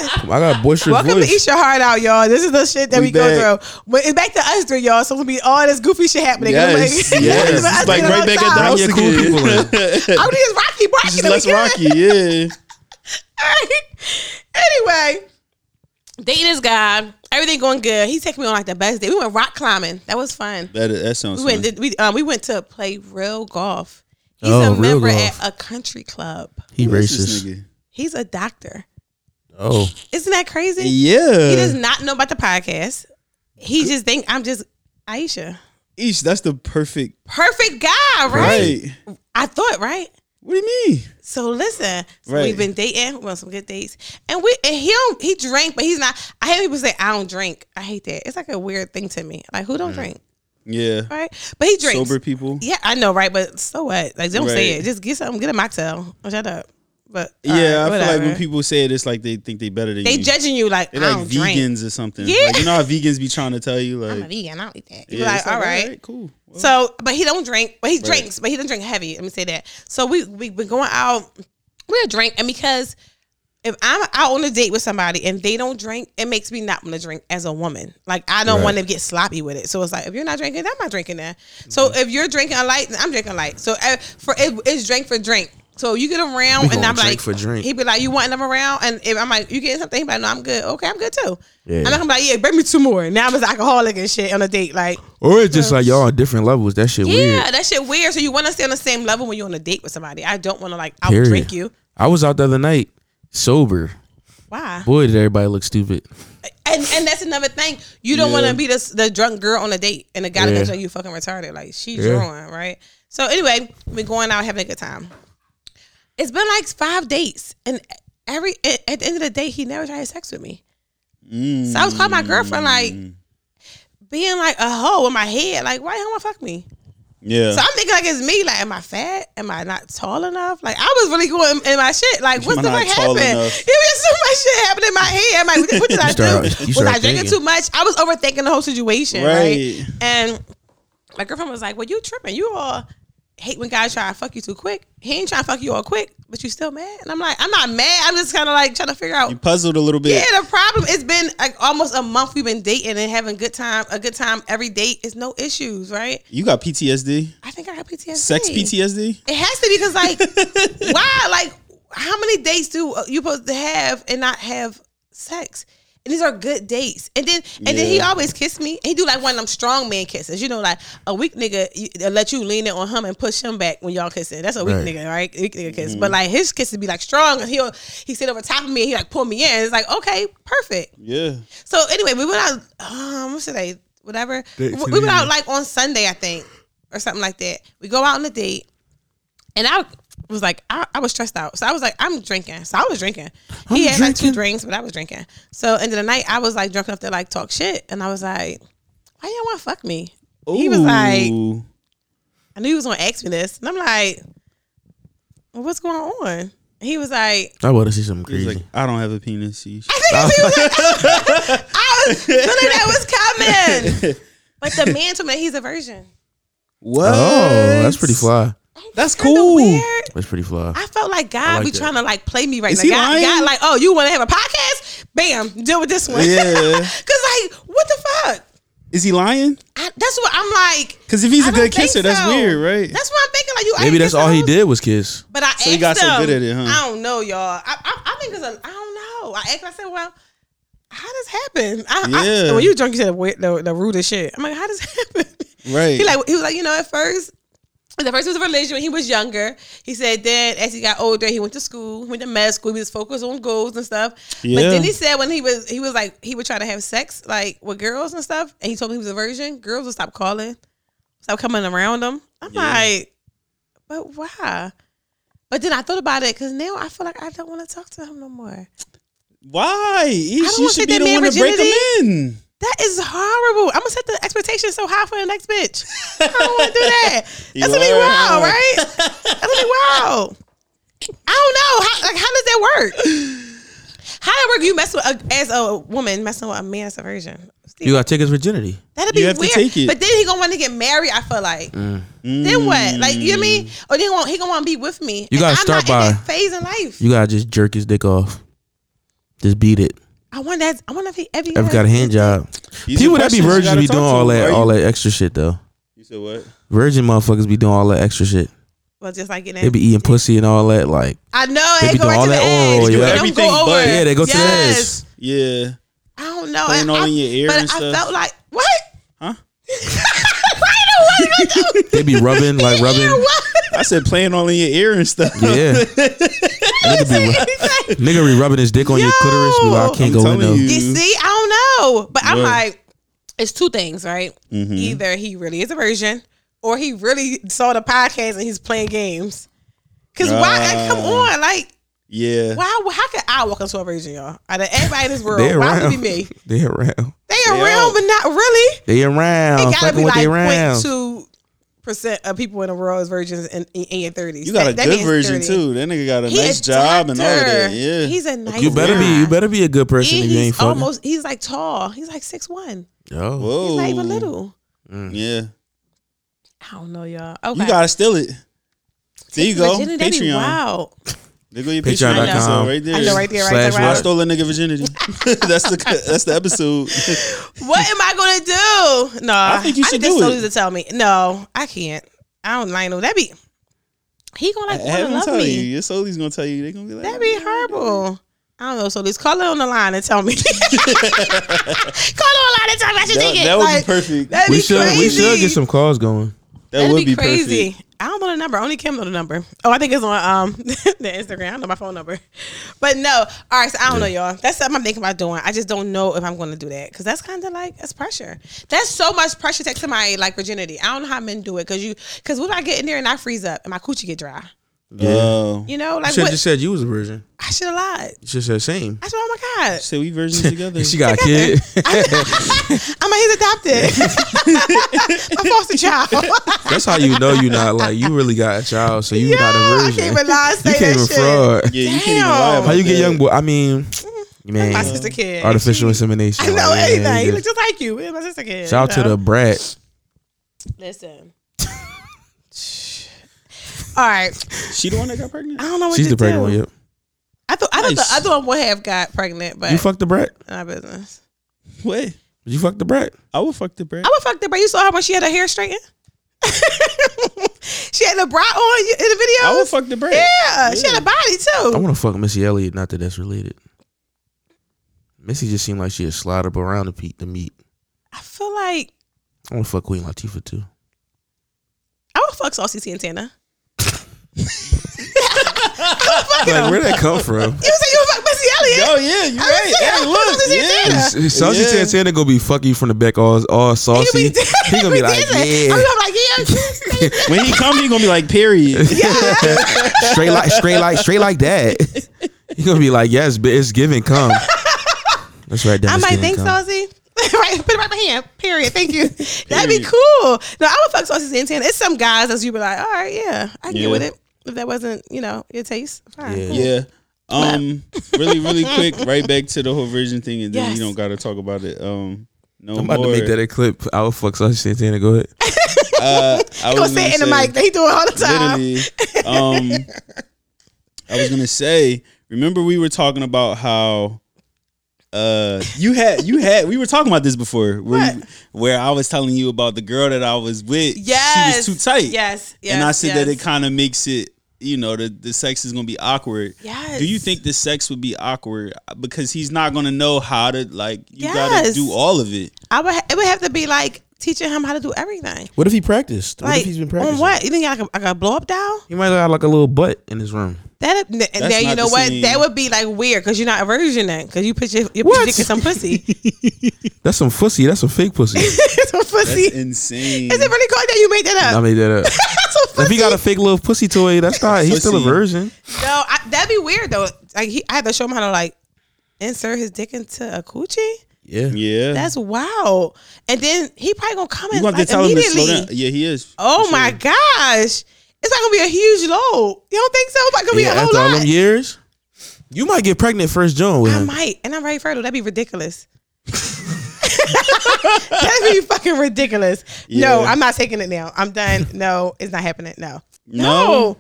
Speaker 3: I got a boisterous
Speaker 2: Welcome
Speaker 3: voice.
Speaker 2: to Eat Your Heart Out, y'all. This is the shit that we,
Speaker 1: We
Speaker 2: go
Speaker 1: back.
Speaker 2: through. But it's back to us three, y'all. So it's gonna be all this goofy shit happening.
Speaker 1: Yes,
Speaker 2: I'm like,
Speaker 1: yes.
Speaker 2: it's been us
Speaker 1: It's like
Speaker 2: three the
Speaker 1: right
Speaker 2: whole
Speaker 1: back at the
Speaker 2: time.
Speaker 1: house
Speaker 3: Bring your cool
Speaker 1: again.
Speaker 3: people in.
Speaker 2: Oh, this is Rocky Rocky. that
Speaker 1: Just
Speaker 2: we
Speaker 1: less
Speaker 2: good.
Speaker 1: rocky, yeah.
Speaker 2: anyway, dating this guy, everything going good. He took me on like the best day. We went rock climbing. That was fun.
Speaker 1: That that sounds.
Speaker 2: We went.
Speaker 1: fun.
Speaker 2: Did, we um, we went to play real golf. He's a
Speaker 3: Oh, real
Speaker 2: member
Speaker 3: golf.
Speaker 2: at a country club.
Speaker 3: He
Speaker 1: Who is this
Speaker 3: racist.
Speaker 1: nigga?
Speaker 2: He's a doctor.
Speaker 3: Oh,
Speaker 2: Isn't that crazy? He does
Speaker 1: Yeah,
Speaker 2: not know about the podcast. He just think I'm just Aisha.
Speaker 1: Each that's the perfect
Speaker 2: Perfect guy, right?
Speaker 1: right.
Speaker 2: I thought, right?
Speaker 1: What do you mean?
Speaker 2: So listen, so
Speaker 1: Right.
Speaker 2: we've been dating, we went on some good dates, and we and he don't he drank, but he's not. I hate people say I don't drink. I hate that. It's like a weird thing to me. Like who don't drink,
Speaker 1: Yeah,
Speaker 2: right? But he drinks.
Speaker 1: sober people.
Speaker 2: Yeah, I know, right? But so what? Like, don't say
Speaker 1: Right.
Speaker 2: it. Just get something. Get a mocktail. Or shut up. But all
Speaker 1: Yeah,
Speaker 2: right,
Speaker 1: I feel like
Speaker 2: whatever.
Speaker 1: when people say it, it's like they think they better than
Speaker 2: they
Speaker 1: you.
Speaker 2: judging you like
Speaker 1: They
Speaker 2: I
Speaker 1: like
Speaker 2: don't drink.
Speaker 1: vegans or something.
Speaker 2: Yeah.
Speaker 1: Like, you know how vegans be trying to tell you like,
Speaker 2: I'm a vegan. I don't eat that. You're
Speaker 1: yeah,
Speaker 2: like,
Speaker 1: it's
Speaker 2: all right.
Speaker 1: alright, cool. Well,
Speaker 2: So, but he don't drink. But he drinks. But he doesn't drink heavy. Let me say that. So we we been going out. We will drink, and because if I'm out on a date with somebody and they don't drink, it makes me not want to drink as a woman. Like I don't
Speaker 3: Right. Mm-hmm.
Speaker 2: want to get sloppy with it. So it's like if you're not drinking, I'm not drinking that. So if you're drinking a light, then I'm drinking a light. So uh, for it, it's drink for drink. So you get around,
Speaker 3: We
Speaker 2: and
Speaker 3: gonna
Speaker 2: I'm
Speaker 3: drink
Speaker 2: like,
Speaker 3: for drink.
Speaker 2: he'd be like, you want another round? And if I'm like, you getting something? He'd be like, no, I'm good. Okay, I'm good too.
Speaker 3: Yeah.
Speaker 2: And I'm like, yeah, bring me two more. Now I'm an alcoholic and shit on a date. Like,
Speaker 3: or it's just like y'all on different levels. That shit
Speaker 2: yeah,
Speaker 3: weird.
Speaker 2: that shit weird. So you want to stay on the same level when you're on a date with somebody. I don't want to like out
Speaker 3: Period.
Speaker 2: drink you.
Speaker 3: I was out the other night, sober.
Speaker 2: Why?
Speaker 3: Boy, did everybody look stupid.
Speaker 2: And and that's another thing. You don't
Speaker 1: Yeah.
Speaker 2: want to be the the drunk girl on a date and the guy
Speaker 3: Yeah.
Speaker 2: that's like you fucking retarded. Like she's
Speaker 3: Yeah.
Speaker 2: drawing right. So anyway, we're going out having a good time. It's been like five dates, and every at at the end of the day, he never tried to have sex with me. So I was calling my girlfriend like.
Speaker 3: Mm.
Speaker 2: Being like a hoe in my head, like why you want to fuck me?
Speaker 1: yeah,
Speaker 2: So I'm thinking like it's me. Like, am I fat? Am I not tall enough? Like, I was really going in, in my shit. Like, what's
Speaker 1: Am
Speaker 2: the
Speaker 1: I
Speaker 2: fuck
Speaker 1: not tall
Speaker 2: happened? It was
Speaker 1: enough?
Speaker 2: so much shit happened in my head. I'm like, what, what did I
Speaker 3: start-
Speaker 2: do?
Speaker 3: you
Speaker 2: Was
Speaker 3: start
Speaker 2: I drinking
Speaker 3: thinking.
Speaker 2: too much? I was overthinking the whole situation, right?
Speaker 1: Right.
Speaker 2: And my girlfriend was like, "Well, you tripping? You all hate when guys try to fuck you too quick. He ain't trying to fuck you all quick. but you still mad? And I'm like, I'm not mad. I'm just kind of like trying to figure out.
Speaker 1: You puzzled a little bit.
Speaker 2: yeah, the problem. It's been like almost a month we've been dating and having good time. A good time every date is no issues, right?
Speaker 1: You got PTSD,
Speaker 2: I think I have PTSD.
Speaker 1: sex PTSD.
Speaker 2: It has to be because like why like how many dates do you supposed to have and not have sex? And these are good dates. And then and then he
Speaker 1: Yeah.
Speaker 2: always kissed me. He do like one of them strong man kisses. You know, like a weak nigga you, they'll let you lean in on him and push him back when y'all kissing. That's a weak
Speaker 3: Right.
Speaker 2: nigga, right? Weak nigga kiss. But like his kisses be like strong and he'll he sit over top of me and he like pull me in. It's like, okay, perfect.
Speaker 1: Yeah,
Speaker 2: So anyway, we went out. Um, what's today? Whatever.
Speaker 3: Date
Speaker 2: we,
Speaker 3: to
Speaker 2: we went
Speaker 3: the
Speaker 2: out
Speaker 3: end.
Speaker 2: like on Sunday, I think, or something like that. We go out on a date, and I was like, I, I was stressed out, so I was like, I'm drinking. So I was drinking. he
Speaker 3: I'm
Speaker 2: had like two
Speaker 3: drinking.
Speaker 2: drinks, but I was drinking. So end of the night, I was like drunk enough to like talk shit, and I was like, Why you want to fuck me? He was like,
Speaker 1: Ooh.
Speaker 2: I knew he was gonna ask me this, and I'm like, well, What's going on? And he was like,
Speaker 3: I want to see something
Speaker 1: He was
Speaker 3: crazy.
Speaker 1: like, I don't have a penis. You should-
Speaker 2: I was feeling "Oh, that was coming, but the man told me that he's a virgin.
Speaker 1: What?
Speaker 3: oh, that's pretty fly.
Speaker 1: That's
Speaker 2: Kinda
Speaker 1: cool.
Speaker 2: weird.
Speaker 3: That's pretty fly.
Speaker 2: I felt like God
Speaker 3: like
Speaker 2: be
Speaker 3: that.
Speaker 2: trying to like play me right
Speaker 1: Is
Speaker 2: now.
Speaker 1: he
Speaker 2: God,
Speaker 1: lying?
Speaker 2: God, like, oh, you want to have a podcast? Bam, deal with this one.
Speaker 1: Yeah.
Speaker 2: Cause like, what the fuck?
Speaker 1: Is he lying?
Speaker 2: I, that's what I'm like.
Speaker 1: Because if he's
Speaker 2: I
Speaker 1: a
Speaker 2: don't
Speaker 1: good
Speaker 2: think
Speaker 1: kisser, that's
Speaker 2: so.
Speaker 1: weird, right?
Speaker 2: That's what I'm thinking. Like, you I
Speaker 3: Maybe
Speaker 2: ain't
Speaker 3: that's
Speaker 2: kissing
Speaker 3: all he
Speaker 2: hoes.
Speaker 3: did was kiss.
Speaker 2: But I
Speaker 1: he
Speaker 2: asked
Speaker 1: got so
Speaker 2: him,
Speaker 1: good at it, huh?
Speaker 2: I don't know, y'all. I, I, I think it's a. I don't know. I asked. I said, well. How does happen? I, I-
Speaker 1: Yeah.
Speaker 2: when you drunk, you said weird- the, the rudest shit. I'm like, how does happen?
Speaker 1: Right.
Speaker 2: He like he was like, you know, at first, at first it was a religion when he was younger. He said then as he got older, he went to school, went to med school, he was focused on goals and stuff. But
Speaker 1: Yeah.
Speaker 2: then he said when he was he was like he would try to have sex like with girls and stuff, and he told me he was a virgin, girls would stop calling, stop coming around him. I'm like, but why? But then I thought about it because now I feel like I don't want to talk to him no more.
Speaker 1: Why? He,
Speaker 2: don't
Speaker 1: you
Speaker 2: wanna
Speaker 1: should
Speaker 2: take that
Speaker 1: be the
Speaker 2: man
Speaker 1: one to break
Speaker 2: virginity.
Speaker 1: him in.
Speaker 2: That is horrible. I'm gonna set the expectation so high for the next bitch. I don't want to do that. That's gonna be
Speaker 1: are.
Speaker 2: wild, right? That's gonna be wild. I don't know. How, like, how does that work? How that work? You mess with a, as a woman messing with a man as a virgin.
Speaker 3: You got to take his virginity.
Speaker 2: That'd be
Speaker 1: You have to
Speaker 2: weird.
Speaker 1: take it.
Speaker 2: But then he gonna want to get married. I feel like. Then
Speaker 1: Mm.
Speaker 2: what? Like you know what I mean? Or then want, he gonna want to be with me.
Speaker 3: Mm. You gotta
Speaker 2: And I'm
Speaker 3: start
Speaker 2: not in
Speaker 3: by-
Speaker 2: that phase in life.
Speaker 3: You got to just jerk his dick off. Just beat it.
Speaker 2: I wonder. That, I wonder if he ever
Speaker 3: Ever got a hand job.
Speaker 1: These
Speaker 3: People
Speaker 1: are
Speaker 3: that
Speaker 1: questions
Speaker 3: be
Speaker 1: you
Speaker 3: virgins
Speaker 1: gotta
Speaker 3: be
Speaker 1: talk
Speaker 3: doing
Speaker 1: to.
Speaker 3: all that
Speaker 1: Are
Speaker 3: all
Speaker 1: you-
Speaker 3: that extra shit though.
Speaker 1: You said what?
Speaker 3: Virgin motherfuckers be doing all that extra shit.
Speaker 2: Well, just like getting.
Speaker 3: They be eating pussy and all that. Like
Speaker 2: I know
Speaker 3: They
Speaker 2: it
Speaker 3: be
Speaker 2: go
Speaker 3: doing
Speaker 2: right
Speaker 3: all
Speaker 2: to the
Speaker 3: that oral,
Speaker 2: edge.
Speaker 3: yeah.
Speaker 2: It don't
Speaker 1: Everything
Speaker 2: go over.
Speaker 1: but-
Speaker 3: yeah, they go to the
Speaker 2: Yes.
Speaker 3: ass.
Speaker 1: Yeah.
Speaker 2: I don't know.
Speaker 1: Playing
Speaker 2: And
Speaker 1: all
Speaker 2: I,
Speaker 1: in your ear
Speaker 2: but
Speaker 1: and
Speaker 2: I
Speaker 1: stuff.
Speaker 2: felt like what?
Speaker 1: Huh?
Speaker 3: They be rubbing like
Speaker 2: Ear
Speaker 3: rubbing.
Speaker 2: what?
Speaker 1: I said playing all in your ear and stuff.
Speaker 3: Yeah. nigga, be, ru- nigga be rubbing his dick on your clitoris. Be like, I can't
Speaker 1: I'm
Speaker 3: go in
Speaker 1: telling
Speaker 3: there.
Speaker 1: you.
Speaker 2: you see, I don't know, but I'm
Speaker 1: What?
Speaker 2: like, it's two things, right?
Speaker 1: Hmm. Mm-hmm.
Speaker 2: Either he really is a virgin, or he really saw the podcast and he's playing games. Cause why? Like, come
Speaker 1: Ah.
Speaker 2: on, like
Speaker 1: Yeah.
Speaker 2: why? How could I walk into a virgin, y'all? Out of everybody in this world,
Speaker 3: They
Speaker 2: why would
Speaker 3: around.
Speaker 2: it be me?
Speaker 3: They around.
Speaker 2: They
Speaker 1: They
Speaker 2: around,
Speaker 1: all-
Speaker 2: but not really.
Speaker 3: They around.
Speaker 2: It gotta
Speaker 3: Fucking
Speaker 2: be
Speaker 3: with
Speaker 2: like
Speaker 3: they around.
Speaker 2: 0.2 percent of people in the world is virgins in, in, in your thirties.
Speaker 1: You got a good version too. That nigga got a
Speaker 2: He
Speaker 1: nice
Speaker 2: a
Speaker 1: job and all of
Speaker 2: doctor.
Speaker 1: that. Yeah.
Speaker 2: He's a nice.
Speaker 3: You better be. You
Speaker 2: guy.
Speaker 3: better be a good person if
Speaker 2: And
Speaker 3: you ain't
Speaker 2: he's
Speaker 3: fucking.
Speaker 2: almost. He's like tall. He's like six one.
Speaker 3: Yo.
Speaker 1: Whoa.
Speaker 2: He's not even little.
Speaker 3: Mm.
Speaker 1: Yeah.
Speaker 2: I don't know, y'all. Okay.
Speaker 1: You gotta steal it. There you go.
Speaker 2: Virginity, that'd be
Speaker 1: Patreon.
Speaker 2: wild.
Speaker 1: They go your
Speaker 3: Patreon
Speaker 1: Patreon
Speaker 3: dot com.
Speaker 1: episode right there.
Speaker 2: I know, right there, right
Speaker 3: Slash
Speaker 2: there.
Speaker 1: I
Speaker 2: Right?
Speaker 3: what?
Speaker 1: stole a nigga virginity. that's the that's the episode.
Speaker 2: What am I gonna do? No, I
Speaker 1: think you should
Speaker 2: just
Speaker 1: do
Speaker 2: told
Speaker 1: it.
Speaker 2: you to tell me. No, I can't. I don't like no. That be. He gonna like
Speaker 1: Have
Speaker 2: wanna
Speaker 1: him
Speaker 2: love
Speaker 1: tell
Speaker 2: me.
Speaker 1: you. Your soulie's gonna tell you. They gonna be like,
Speaker 2: That'd be horrible. I don't know. So just call her on the line and tell me. call her on the line and tell me I should
Speaker 1: That,
Speaker 2: take it.
Speaker 1: that would
Speaker 2: Like,
Speaker 1: be perfect. That,
Speaker 2: That'd
Speaker 3: We
Speaker 2: be
Speaker 3: should.
Speaker 2: crazy.
Speaker 3: We should get some calls going.
Speaker 2: That'd
Speaker 1: would be,
Speaker 2: crazy.
Speaker 1: perfect.
Speaker 2: I don't know the number. Only Kim know the number. Oh, I think it's on um the Instagram. I know my phone number, but no. All right, so I don't know, y'all. That's something I'm thinking about doing. I just don't know if I'm going to do that because that's kind of like that's pressure. That's so much pressure to take somebody like virginity. I don't know how men do it because you because what if I get in there and I freeze up and my coochie get dry?
Speaker 3: Um,
Speaker 1: Oh.
Speaker 2: You know, like
Speaker 3: Should
Speaker 2: what?
Speaker 3: have just said you was a virgin.
Speaker 2: I should have lied.
Speaker 3: You should have said same.
Speaker 2: I said, oh my god,
Speaker 1: So we versions together.
Speaker 3: She got a kid.
Speaker 2: I'm like, he's adopted. my foster child.
Speaker 3: That's how you know you're not like you really got a child, so you
Speaker 2: Yo,
Speaker 3: not a
Speaker 2: I
Speaker 3: virgin.
Speaker 2: can't even lie. Say
Speaker 3: you
Speaker 2: that
Speaker 3: can't even
Speaker 2: shit.
Speaker 3: fraud.
Speaker 1: yeah, you can't even lie
Speaker 2: Damn.
Speaker 1: about
Speaker 3: How you get
Speaker 1: that.
Speaker 3: young boy? I mean, man,
Speaker 2: My sister kid.
Speaker 3: artificial insemination.
Speaker 2: I know
Speaker 3: like, man,
Speaker 2: anything. He
Speaker 3: just-
Speaker 2: look just like you. He's my sister kid.
Speaker 3: Shout out to
Speaker 2: you know?
Speaker 3: the brat.
Speaker 2: Listen. All right.
Speaker 1: She the one that got pregnant.
Speaker 2: I don't know what
Speaker 3: She's
Speaker 2: to
Speaker 3: the pregnant
Speaker 2: do.
Speaker 3: one. Yep.
Speaker 2: I thought I thought the
Speaker 1: Nice.
Speaker 2: other one would have got pregnant, but
Speaker 3: You fucked the brat.
Speaker 2: not business.
Speaker 1: Wait,
Speaker 3: You fucked the brat.
Speaker 1: I would fuck the bread.
Speaker 2: I would fuck the brat. You saw her when she had her hair straightened. she had the bra on you- in the video.
Speaker 1: I would fuck the bread.
Speaker 2: yeah, she had a body
Speaker 3: I
Speaker 2: too.
Speaker 3: want to fuck Missy Elliott. Not that that's related. Missy just seemed like she'd slide up around the meat. The meat.
Speaker 2: I feel like
Speaker 3: I want to fuck Queen Latifah too.
Speaker 2: I would fuck Saucy Santana.
Speaker 3: Like where that come from?
Speaker 2: You said you would fuck Missy Elliott.
Speaker 1: Oh yeah, you
Speaker 2: I
Speaker 1: right.
Speaker 2: was saying, I was
Speaker 1: Hey, look,
Speaker 2: just
Speaker 1: yeah.
Speaker 2: saying.
Speaker 3: Saucy
Speaker 1: Yeah.
Speaker 3: Santana gonna be fucking you from the back, all all
Speaker 2: He
Speaker 3: saucy.
Speaker 2: gonna be,
Speaker 3: He gonna be like,
Speaker 2: dancing. I'm
Speaker 3: yeah,
Speaker 2: gonna be like, yeah.
Speaker 1: When he come, he gonna be like, period.
Speaker 3: straight like, straight like, straight like that. He gonna be like, yes, but it's giving come. That's right.
Speaker 2: I
Speaker 3: Dennis
Speaker 2: might
Speaker 3: giving
Speaker 2: think
Speaker 3: come.
Speaker 2: Saucy. right, put it right in my hand. Period. Thank you. That'd be
Speaker 1: Period.
Speaker 2: cool. No, I would fuck Saucy Santana. It's some guys that you be like, all right, yeah, I can
Speaker 1: Yeah.
Speaker 2: get with it. If that wasn't, you know, your taste, fine.
Speaker 3: Yeah.
Speaker 2: cool.
Speaker 1: Yeah. Um, really, really quick, right back to the whole virgin thing, and then
Speaker 2: Yes.
Speaker 1: you don't gotta talk about it. Um, no
Speaker 3: I'm about
Speaker 1: more.
Speaker 3: to make that a clip. I would fuck Saucy Santana. Go ahead.
Speaker 1: Uh, I
Speaker 2: He gonna
Speaker 1: was
Speaker 2: say it in the
Speaker 1: say-
Speaker 2: mic. They do it all the time.
Speaker 1: Literally. Um, I was gonna say. Remember, we were talking about how uh you had you had we were talking about this before where you- where I was telling you about the girl that I was with.
Speaker 2: Yes.
Speaker 1: she was too tight.
Speaker 2: Yes. yes
Speaker 1: and I said that it
Speaker 2: yes.
Speaker 1: kind of makes it. You know, the the sex is gonna be awkward.
Speaker 2: Yes.
Speaker 1: Do you think the sex would be awkward because he's not gonna know how to like? You gotta
Speaker 2: Yes.
Speaker 1: do all of it.
Speaker 2: I would. ha- It would have to be like teaching him how to do everything.
Speaker 3: What if he practiced?
Speaker 2: Like on what? You think I got like a blow up doll?
Speaker 3: He might have like a little butt in his room.
Speaker 2: That n- and now you
Speaker 1: not
Speaker 2: know
Speaker 1: the
Speaker 2: what
Speaker 1: same.
Speaker 2: that would be like weird because you're not a virgin then because you put your you put
Speaker 3: What?
Speaker 2: your dick in some pussy.
Speaker 3: That's some pussy. That's some fake pussy.
Speaker 2: some pussy.
Speaker 1: That's insane.
Speaker 2: Is it really called that? You made that
Speaker 3: I
Speaker 2: up.
Speaker 3: made that up.
Speaker 2: That's so
Speaker 3: If
Speaker 2: funny.
Speaker 3: he got a fake little pussy toy, that's not. He's still a
Speaker 1: Pussy.
Speaker 3: virgin.
Speaker 2: no, I, that'd be weird though. Like he, I had to show him how to like insert his dick into a coochie.
Speaker 3: Yeah.
Speaker 1: Yeah.
Speaker 2: That's wild. And then he probably gonna come
Speaker 1: you
Speaker 2: in
Speaker 1: gonna
Speaker 2: like
Speaker 1: have to tell him to slow
Speaker 2: immediately.
Speaker 1: down. Yeah, he is.
Speaker 2: oh my gosh, it's not gonna be a huge load. You don't think so? It's not gonna
Speaker 3: Yeah,
Speaker 2: be a whole
Speaker 3: after all
Speaker 2: lot.
Speaker 3: them years, you might get pregnant first, John. With
Speaker 2: I
Speaker 3: him.
Speaker 2: might, and I'm very fertile. That'd be ridiculous. That'd be fucking ridiculous. No,
Speaker 1: Yeah.
Speaker 2: I'm not taking it now. I'm done. No, it's not happening. No,
Speaker 1: No?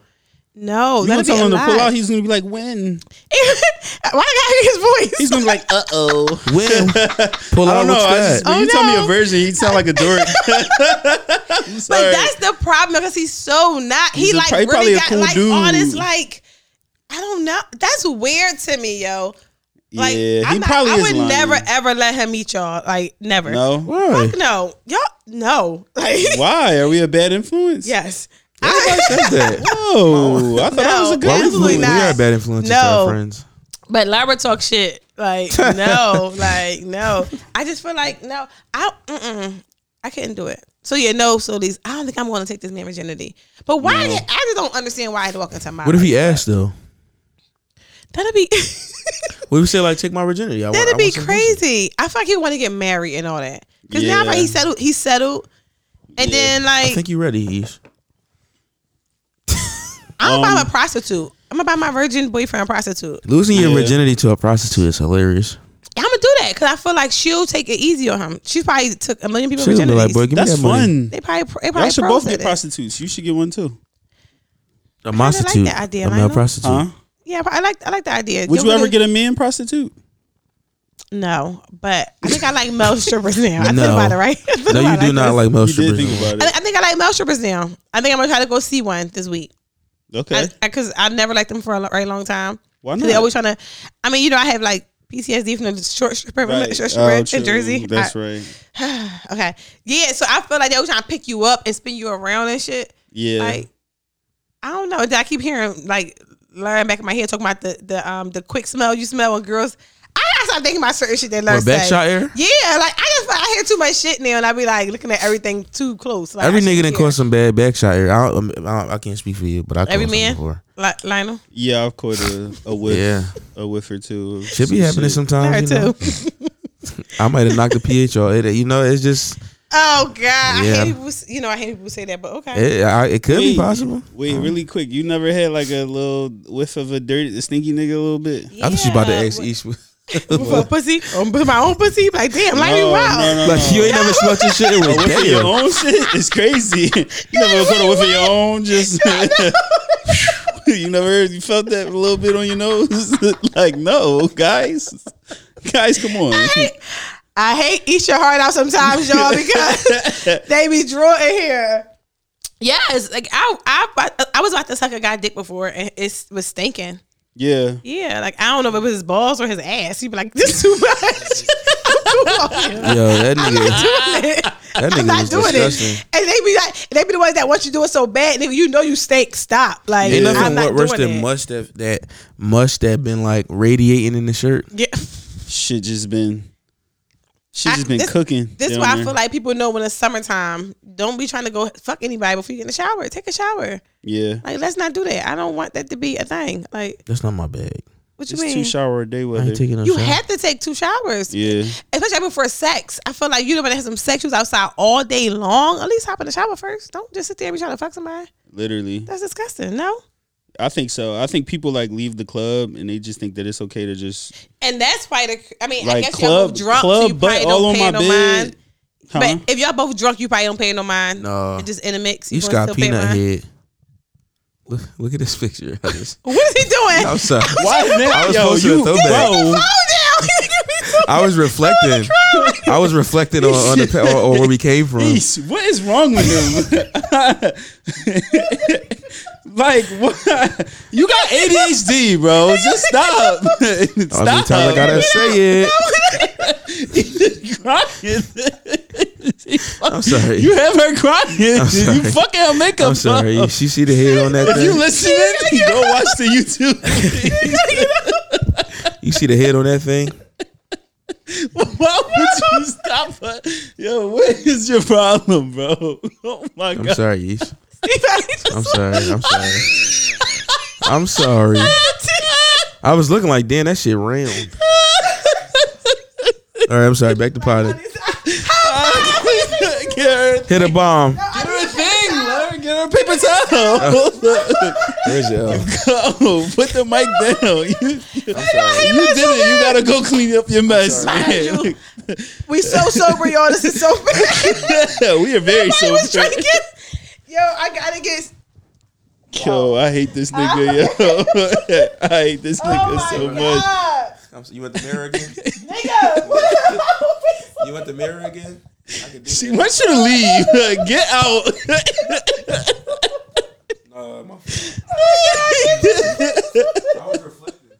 Speaker 2: no.
Speaker 1: You gonna
Speaker 2: That'd be
Speaker 1: tell
Speaker 2: a
Speaker 1: him to pull
Speaker 2: lot.
Speaker 1: out? He's gonna be like, when?
Speaker 2: Why I gotta hear his voice?
Speaker 1: He's gonna be like, uh oh.
Speaker 3: When pull
Speaker 1: I
Speaker 3: out
Speaker 1: don't know.
Speaker 3: what's
Speaker 1: I
Speaker 3: that?
Speaker 1: just, when
Speaker 2: Oh,
Speaker 1: you tell me
Speaker 2: no.
Speaker 1: a version, he sound like a dork. I'm
Speaker 2: but
Speaker 1: sorry.
Speaker 2: that's the problem because he's so not. He
Speaker 1: He's a-
Speaker 2: like
Speaker 1: probably-
Speaker 2: really
Speaker 1: probably a
Speaker 2: got
Speaker 1: cool
Speaker 2: like all this
Speaker 1: dude.
Speaker 2: like. I don't know. That's weird to me, yo. Like
Speaker 1: yeah, he
Speaker 2: I'm not-
Speaker 1: probably
Speaker 2: I
Speaker 1: is
Speaker 2: would
Speaker 1: lying.
Speaker 2: never ever let him meet y'all. Like never.
Speaker 1: No.
Speaker 3: Why?
Speaker 2: Fuck no. Y'all no. Like
Speaker 1: Why are we a bad influence?
Speaker 2: yes.
Speaker 3: Everybody says that.
Speaker 1: Oh, I thought that was a
Speaker 2: No.
Speaker 1: good
Speaker 3: Why we,
Speaker 2: Absolutely
Speaker 3: we, we
Speaker 2: not.
Speaker 3: are bad influences to our
Speaker 2: No.
Speaker 3: friends.
Speaker 2: But Lara talk shit. Like no, like no. I just feel like no. I mm-mm, I couldn't do it. So yeah, no. So these, I don't think I'm going to take this man virginity. But why? Did, I just don't understand why I had to walk into my.
Speaker 3: What if he asked though?
Speaker 2: That'd be
Speaker 3: What if he said like, take my virginity? I want- I
Speaker 2: that'd
Speaker 3: want
Speaker 2: be
Speaker 3: some pussy.
Speaker 2: crazy. I feel like he want to get married and all that. Because now like,
Speaker 1: Yeah.
Speaker 2: he settled, he settled, and
Speaker 1: Yeah.
Speaker 2: then
Speaker 3: I
Speaker 2: like
Speaker 3: think you ready, Eve.
Speaker 2: I'm
Speaker 1: um,
Speaker 2: gonna buy a prostitute. I'm gonna buy my virgin boyfriend a prostitute.
Speaker 3: Losing your
Speaker 1: Yeah.
Speaker 3: virginity to a prostitute is hilarious.
Speaker 2: I'm gonna do that because I feel like she'll take it easy on him. She probably took a million people's
Speaker 3: She'll be
Speaker 2: virginities.
Speaker 3: like, boy, give
Speaker 1: That's
Speaker 3: me that money.
Speaker 1: fun.
Speaker 2: they probably, they probably
Speaker 1: Y'all should
Speaker 2: pros
Speaker 1: both get
Speaker 2: at it.
Speaker 1: prostitutes. You should get one too.
Speaker 3: A prostitute.
Speaker 2: that idea,
Speaker 3: a male
Speaker 2: Lionel.
Speaker 3: prostitute.
Speaker 1: Huh?
Speaker 2: Yeah, but I like I like the idea.
Speaker 1: Would
Speaker 2: You'll
Speaker 1: you ever
Speaker 2: really-
Speaker 1: get a man prostitute?
Speaker 2: No, but I think I like male strippers now. I think
Speaker 3: No.
Speaker 2: about it, right? I think
Speaker 3: No,
Speaker 2: about
Speaker 3: you
Speaker 2: it
Speaker 3: do not
Speaker 2: this.
Speaker 3: like male
Speaker 1: You did
Speaker 3: strippers.
Speaker 1: think about
Speaker 2: I,
Speaker 1: it.
Speaker 2: I think I like male strippers now. I think I'm gonna try to go see one this week.
Speaker 1: Okay.
Speaker 2: Because I, never liked them for a lo- very long time.
Speaker 1: Why
Speaker 2: 'Cause
Speaker 1: not?
Speaker 2: They always trying to. I mean, you know, I have like PTSD from the short stripper,
Speaker 1: Right.
Speaker 2: short stripper
Speaker 1: Oh,
Speaker 2: in
Speaker 1: true.
Speaker 2: Jersey.
Speaker 1: That's
Speaker 2: I-
Speaker 1: right.
Speaker 2: Okay, yeah. So I feel like they always trying to pick you up and spin you around and shit.
Speaker 1: Yeah.
Speaker 2: Like, I don't know. I keep hearing like Lauren back in my head talking about the the um the quick smell you smell when girls. I gotta stop thinking about certain shit that
Speaker 3: Or
Speaker 2: Lauren
Speaker 3: back
Speaker 2: say.
Speaker 3: shot air?
Speaker 2: Yeah, like I just I hear too much shit now, and I be like looking at everything too close. Like,
Speaker 3: Every
Speaker 2: I
Speaker 3: nigga
Speaker 2: shouldn't
Speaker 3: done
Speaker 2: care.
Speaker 3: caught some bad back shot air. I, don't, I, don't- I can't speak for you, but I caught
Speaker 2: Every
Speaker 3: some
Speaker 2: man?
Speaker 3: before.
Speaker 2: Like Lionel,
Speaker 1: Yeah, I've caught a, a whiff.
Speaker 3: Yeah.
Speaker 1: A whiff or two. of
Speaker 3: Should be
Speaker 1: some
Speaker 3: happening
Speaker 1: shit.
Speaker 2: her
Speaker 3: sometimes. Oh, you know?
Speaker 2: too.
Speaker 3: I might have knocked the pH off. It, you know, it's just
Speaker 2: Oh God, I
Speaker 3: Yeah. Eh,
Speaker 2: hate people. s- You know, I hate people say that, but okay.
Speaker 3: it. I, it could be possible. Uh-huh.
Speaker 1: Wait, really quick. You never had like a little whiff of a dirty, a stinky nigga a little bit?
Speaker 3: I thought you about to
Speaker 2: Yeah,
Speaker 3: ask
Speaker 2: what-
Speaker 3: East.
Speaker 2: for a pussy, um, but my own pussy. Like damn, like me wow.
Speaker 1: no, no, no.
Speaker 3: like you ain't never smelt your shit. It was
Speaker 1: A whiff of your
Speaker 3: damn.
Speaker 1: own shit is crazy. You never put a whiff of your own. Just You never heard? You felt that a little bit on your nose? like, no, guys, guys, come on.
Speaker 2: I hate eat your heart out sometimes, y'all, because they be drawing here. Yes, like I, I, I was about to suck a guy dick before, and it was stinking.
Speaker 1: Yeah,
Speaker 2: Yeah, like I don't know if it was his balls or his ass. He'd be like, "This too much."
Speaker 3: Yo, that nigga, that
Speaker 2: I'm
Speaker 3: nigga
Speaker 2: not
Speaker 3: was
Speaker 2: doing
Speaker 3: disgusting.
Speaker 2: it. And they be like, they be the ones that want you to do it so bad, nigga, you know you stink. Stop. Like,
Speaker 3: Ain't
Speaker 2: I'm
Speaker 3: nothing
Speaker 2: not
Speaker 3: wa- worse
Speaker 2: doing
Speaker 3: than
Speaker 2: it.
Speaker 3: must have that must have been like radiating in the shirt.
Speaker 2: Yeah.
Speaker 1: shit just been, shit
Speaker 2: I-
Speaker 1: just been
Speaker 2: this-
Speaker 1: cooking.
Speaker 2: This is
Speaker 1: down
Speaker 2: why I
Speaker 1: there.
Speaker 2: feel like people know when it's summertime, don't be trying to go fuck anybody before you get in the shower. Take a shower.
Speaker 1: yeah,
Speaker 2: Like, let's not do that. I don't want that to be a thing. Like,
Speaker 3: That's not my bag.
Speaker 2: what you
Speaker 1: it's two
Speaker 2: mean?
Speaker 1: shower a day
Speaker 3: I ain't
Speaker 1: weather.
Speaker 3: taking no
Speaker 2: you
Speaker 3: shot.
Speaker 2: have to take two showers.
Speaker 1: Yeah,
Speaker 2: Especially before sex. I feel like you know when I had some sex, you was outside all day long. At least hop in the shower first. Don't just sit there and be trying to fuck somebody.
Speaker 1: literally.
Speaker 2: That's disgusting. No.
Speaker 1: I think so. I think people like leave the club and they just think that it's okay to just
Speaker 2: And that's why the I mean, I
Speaker 1: Like,
Speaker 2: guess y'all
Speaker 1: club-
Speaker 2: both drunk, so
Speaker 1: club
Speaker 2: you probably
Speaker 1: butt
Speaker 2: don't
Speaker 1: all on
Speaker 2: pay
Speaker 1: my
Speaker 2: no
Speaker 1: bed.
Speaker 2: mind.
Speaker 1: huh?
Speaker 2: But if y'all both drunk, you probably don't pay no mind.
Speaker 3: No.
Speaker 2: It's just in the mix.
Speaker 3: You just
Speaker 2: gonna
Speaker 3: got
Speaker 2: still pay
Speaker 3: peanut
Speaker 2: mine.
Speaker 3: head. Look, look at this picture. I just-
Speaker 2: What is he doing?
Speaker 3: I'm sorry.
Speaker 1: Why is that?
Speaker 3: I was supposed to throw back.
Speaker 1: bro,
Speaker 2: Oh, down.
Speaker 3: I was reflecting. I was reflecting on, on, the, pa- on, on where we came from.
Speaker 1: East, what is wrong with him? like, what? you got ADHD, bro. Just stop.
Speaker 3: Every time
Speaker 1: stop.
Speaker 3: I gotta say it. I'm sorry.
Speaker 1: you have her crying. You
Speaker 3: sorry.
Speaker 1: fucking her makeup.
Speaker 3: I'm sorry. She see the head on that
Speaker 1: If you
Speaker 3: thing.
Speaker 1: listening, go watch the YouTube.
Speaker 3: You see the head on that thing.
Speaker 1: Why would you stop her? Yo, what is your problem, bro? Oh my
Speaker 3: I'm
Speaker 1: god.
Speaker 3: sorry, Yeesh. I'm
Speaker 2: I'm
Speaker 3: sorry. I'm sorry. I'm sorry. I was looking like damn, that shit round. All right, I'm sorry. Back to potty.
Speaker 1: Get her,
Speaker 3: Hit a bomb.
Speaker 1: get her a thing, let her get her a paper towel.
Speaker 3: Where's your? I'm
Speaker 1: go. Put the mic down. You, you did it. You gotta go clean up your mess, man.
Speaker 2: Mind We so sober, y'all. This is so bad.
Speaker 1: we are very
Speaker 2: I was
Speaker 1: sober.
Speaker 2: drinking. Yo, I gotta get.
Speaker 1: Yo, I hate this nigga. Yo, I hate this
Speaker 2: Oh
Speaker 1: nigga so much.
Speaker 3: sorry. You want the mirror again?
Speaker 2: nigga.
Speaker 3: You want the mirror again? I can do
Speaker 1: She wants you to leave. Like, get out.
Speaker 3: Uh, my I was reflecting.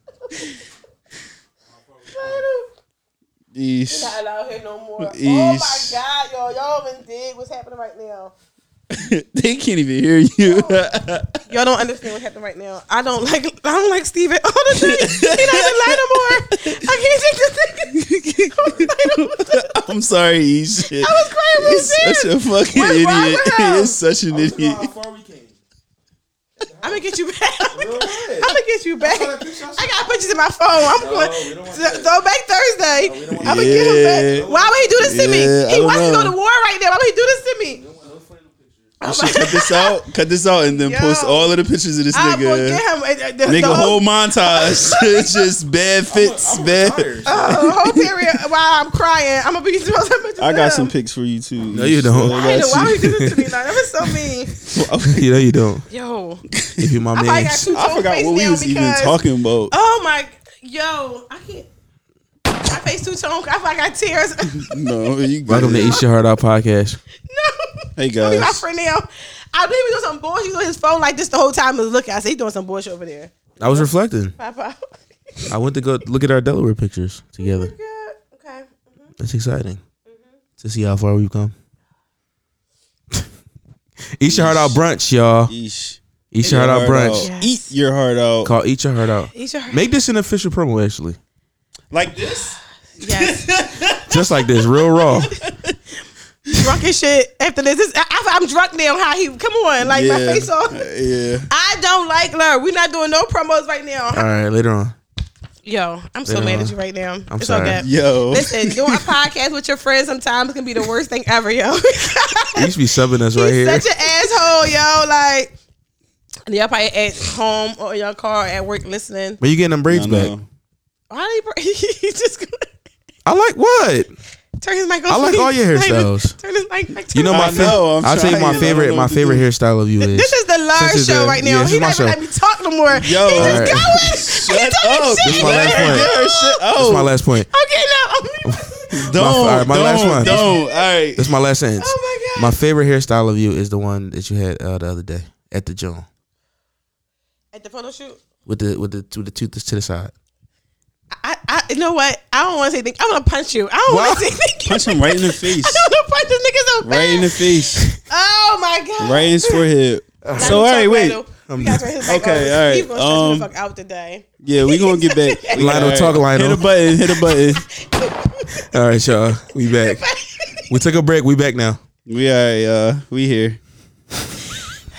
Speaker 1: Yeesh.
Speaker 2: Not out here no more.
Speaker 1: Eesh.
Speaker 2: Oh my god, y'all, y'all even dig what's happening right now.
Speaker 1: they can't even hear you.
Speaker 2: Y'all don't understand what's happening right now. I don't like I don't like Steven. Honestly, he not even lie no more. I can't take this thing.
Speaker 1: I'm sorry, Yeesh.
Speaker 2: I was crying when
Speaker 1: He's
Speaker 2: I
Speaker 1: such
Speaker 2: said.
Speaker 1: a fucking
Speaker 2: What's wrong
Speaker 1: idiot.
Speaker 2: with
Speaker 1: He
Speaker 2: him?
Speaker 1: is such an idiot.
Speaker 3: far we came.
Speaker 2: I'm gonna get you back. I'm
Speaker 3: Go ahead.
Speaker 2: gonna get you back.
Speaker 3: what I keep saying.
Speaker 2: I got pictures in my phone. I'm
Speaker 3: we
Speaker 2: going
Speaker 3: don't want
Speaker 2: th- throw back Thursday.
Speaker 3: don't want
Speaker 2: I'm gonna get him
Speaker 1: Yeah.
Speaker 2: back. Why would he do this to
Speaker 1: Yeah,
Speaker 2: me?
Speaker 1: I
Speaker 2: He
Speaker 1: don't
Speaker 2: wants to
Speaker 1: know.
Speaker 2: go to war right now. Why would he do this to me?
Speaker 1: You should cut this out. Cut this out and then
Speaker 2: Yo.
Speaker 1: post all of the pictures of this
Speaker 2: I'm gonna
Speaker 1: nigga.
Speaker 2: get him. uh, The, the,
Speaker 1: Nigga,
Speaker 2: the
Speaker 1: whole montage. It's just bad fits, bad.
Speaker 2: uh, the whole period while I'm crying. I'm gonna be
Speaker 1: I got some pics for you too. No,
Speaker 3: you don't.
Speaker 2: I know why
Speaker 1: got
Speaker 2: would you do this to me? Like, that was so mean.
Speaker 1: you.
Speaker 3: You know you don't.
Speaker 2: Yo,
Speaker 3: If you my
Speaker 2: I probably got
Speaker 3: man.
Speaker 2: two
Speaker 1: I forgot what we was even talking about.
Speaker 2: Oh my, yo, I can't. My face too tone. I feel like I got tears.
Speaker 1: No, you good.
Speaker 3: Welcome to Eat Your Heart Out podcast.
Speaker 2: no.
Speaker 1: Hey
Speaker 2: Don't be my
Speaker 1: guys,
Speaker 2: friend now. I believe he doing some bullshit. He on his phone like this the whole time. And look, I said he doing some bullshit over there.
Speaker 3: I was reflecting.
Speaker 2: Papa.
Speaker 3: I went to go look at our Delaware pictures together.
Speaker 2: Good. Okay.
Speaker 3: It's exciting
Speaker 2: Mm-hmm.
Speaker 3: to see how far we've come. Eat your heart out brunch, y'all.
Speaker 1: Yeesh.
Speaker 3: Eat your heart out brunch.
Speaker 2: Yes.
Speaker 1: Eat your heart out.
Speaker 3: Call Eat Your Heart Out.
Speaker 2: Eat your heart.
Speaker 3: Make this an official promo, actually.
Speaker 1: Like this?
Speaker 2: Yes.
Speaker 3: Just like this, real raw.
Speaker 2: drunk as shit after this. this I, I, I'm drunk now. How he? Come on, like my
Speaker 1: Yeah.
Speaker 2: face off.
Speaker 1: Yeah.
Speaker 2: I don't like Lur. We're not doing no promos right now.
Speaker 3: All right, later on.
Speaker 2: Yo, I'm so
Speaker 3: Yeah.
Speaker 2: mad at you right now.
Speaker 3: I'm
Speaker 2: it's
Speaker 3: sorry.
Speaker 2: okay.
Speaker 1: Yo.
Speaker 2: Listen, doing a podcast with your friends sometimes can be the worst thing ever, yo.
Speaker 3: You used to be subbing us right
Speaker 2: He's
Speaker 3: here.
Speaker 2: such an asshole, yo. Like, and y'all probably at home or in your car at work listening.
Speaker 3: When you getting them braids
Speaker 1: No,
Speaker 3: back?
Speaker 1: no.
Speaker 2: Why do you, he just
Speaker 3: I like what?
Speaker 2: Turn his mic off.
Speaker 3: I like
Speaker 2: please.
Speaker 3: all your
Speaker 2: Like,
Speaker 3: hairstyles.
Speaker 2: Turn his mic back.
Speaker 3: You know
Speaker 2: turn
Speaker 3: my
Speaker 1: I
Speaker 2: it
Speaker 3: favorite.
Speaker 1: know, I'm
Speaker 3: I'll tell you
Speaker 1: trying. I
Speaker 3: my
Speaker 1: don't
Speaker 3: favorite.
Speaker 1: know
Speaker 3: My
Speaker 1: what to
Speaker 3: favorite
Speaker 1: do.
Speaker 3: hairstyle of you
Speaker 2: off.
Speaker 3: is.
Speaker 2: This is the live
Speaker 3: This is
Speaker 2: show
Speaker 3: the-
Speaker 2: right
Speaker 3: yeah,
Speaker 2: now.
Speaker 3: this
Speaker 2: he
Speaker 3: is my
Speaker 2: not even let
Speaker 3: show.
Speaker 2: me talk no more. He's
Speaker 1: Yo.
Speaker 2: just going.
Speaker 3: Alright.
Speaker 1: Shut
Speaker 2: He's talking shit.
Speaker 1: up. This
Speaker 3: is my last
Speaker 1: Get her-
Speaker 3: point.
Speaker 1: get her shit
Speaker 3: That's my
Speaker 1: out.
Speaker 3: last point.
Speaker 2: I'm getting up. I'm
Speaker 1: Don't.
Speaker 3: all right, my
Speaker 1: don't,
Speaker 3: last one.
Speaker 1: Don't. All right.
Speaker 3: That's my last sentence.
Speaker 2: Oh my God.
Speaker 3: My favorite hairstyle of you is the one that you had uh, the other day at the gym
Speaker 2: At the photo shoot.
Speaker 3: with the with the with the tooth to the side.
Speaker 2: I, I, you know what? I don't want to say thank. I want to punch you. I don't
Speaker 3: Why?
Speaker 2: want to say thank you.
Speaker 1: Punch him right in the face.
Speaker 2: I don't want to punch this nigga so bad.
Speaker 1: Right in the face.
Speaker 2: Oh my god!
Speaker 1: Right in his forehead.
Speaker 2: Now
Speaker 1: So all
Speaker 2: you talk,
Speaker 1: right, wait.
Speaker 2: Randall. We gotta turn his mic
Speaker 1: Okay,
Speaker 2: off.
Speaker 1: all right,
Speaker 2: He's gonna stress
Speaker 1: um,
Speaker 2: me the fuck out today.
Speaker 1: Yeah, we gonna get back. We-
Speaker 3: Lionel,
Speaker 1: all right.
Speaker 3: talk, Lionel.
Speaker 1: Hit a button. Hit a button.
Speaker 3: All right, y'all. We back. We took a break. We back now.
Speaker 1: We are. Uh, we here.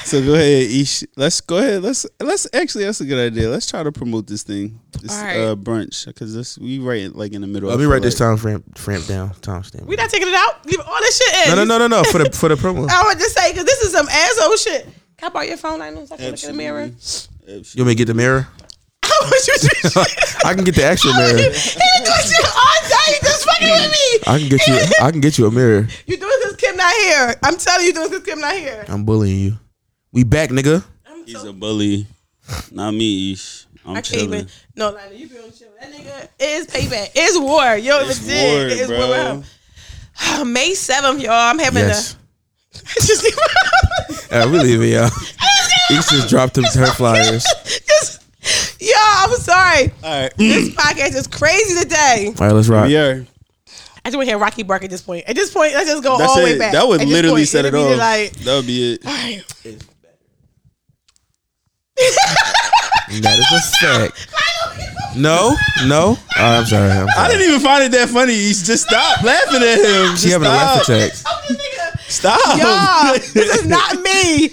Speaker 1: So go ahead, Ish. Let's go ahead. Let's let's actually that's a good idea. Let's try to promote this thing, this
Speaker 2: All right.
Speaker 1: uh, brunch, because this we right like in the middle.
Speaker 3: Let
Speaker 1: I
Speaker 3: me
Speaker 1: feel
Speaker 3: write this
Speaker 1: like.
Speaker 3: time frame frame down. Time stamp.
Speaker 2: We not taking it out. Leave all this shit in.
Speaker 3: No, no, no, no, no. For the for the promo.
Speaker 2: I want to say because this is some asshole shit. Can I borrow your phone? I know so I can look in the
Speaker 1: Absolutely.
Speaker 2: mirror.
Speaker 3: You want me to get the mirror?
Speaker 2: I want you to.
Speaker 3: I can get the actual
Speaker 2: He been doing
Speaker 3: mirror.
Speaker 2: shit all day. He Just fucking with me.
Speaker 3: I can get you. I can get you a mirror.
Speaker 2: You doing this? Kim not here. I'm telling you, doing this? Kim not here.
Speaker 3: I'm bullying you. We back, nigga.
Speaker 2: I'm
Speaker 1: He's
Speaker 2: so-
Speaker 1: a bully, not me, Ish. I'm
Speaker 2: I can't
Speaker 1: chilling.
Speaker 2: even. No, Lana, you been chilling. That nigga is payback. It's war. Yo, it's,
Speaker 1: It's
Speaker 2: it's war,
Speaker 1: war,
Speaker 2: It's war.
Speaker 1: bro.
Speaker 2: with him. May 7th, y'all. I'm having
Speaker 3: Yes.
Speaker 2: a. I just leave
Speaker 3: All right, we leaving y'all. Each just dropped them her flyers.
Speaker 2: Just, yo, I'm sorry.
Speaker 1: All right,
Speaker 2: This podcast is crazy today.
Speaker 3: All right, let's rock.
Speaker 1: we
Speaker 2: I
Speaker 1: are.
Speaker 2: just want to hear Rocky bark at this point. At this point, let's just go
Speaker 1: That's
Speaker 2: all the way
Speaker 1: it.
Speaker 2: back.
Speaker 1: That would
Speaker 2: At this
Speaker 1: literally
Speaker 2: point,
Speaker 1: set it
Speaker 2: it'll be
Speaker 1: off.
Speaker 2: Like,
Speaker 1: that would be it.
Speaker 2: all right.
Speaker 3: That is a fact. No, no. All right, I'm sorry. I'm
Speaker 1: I
Speaker 3: sorry.
Speaker 1: didn't even find it that funny. Ish. Just stop laughing at him. Just
Speaker 3: She having a laugh
Speaker 1: stop.
Speaker 3: attack.
Speaker 2: I'm Oh, this nigga.
Speaker 1: Stop. Oh,
Speaker 2: Y'all, this is not me.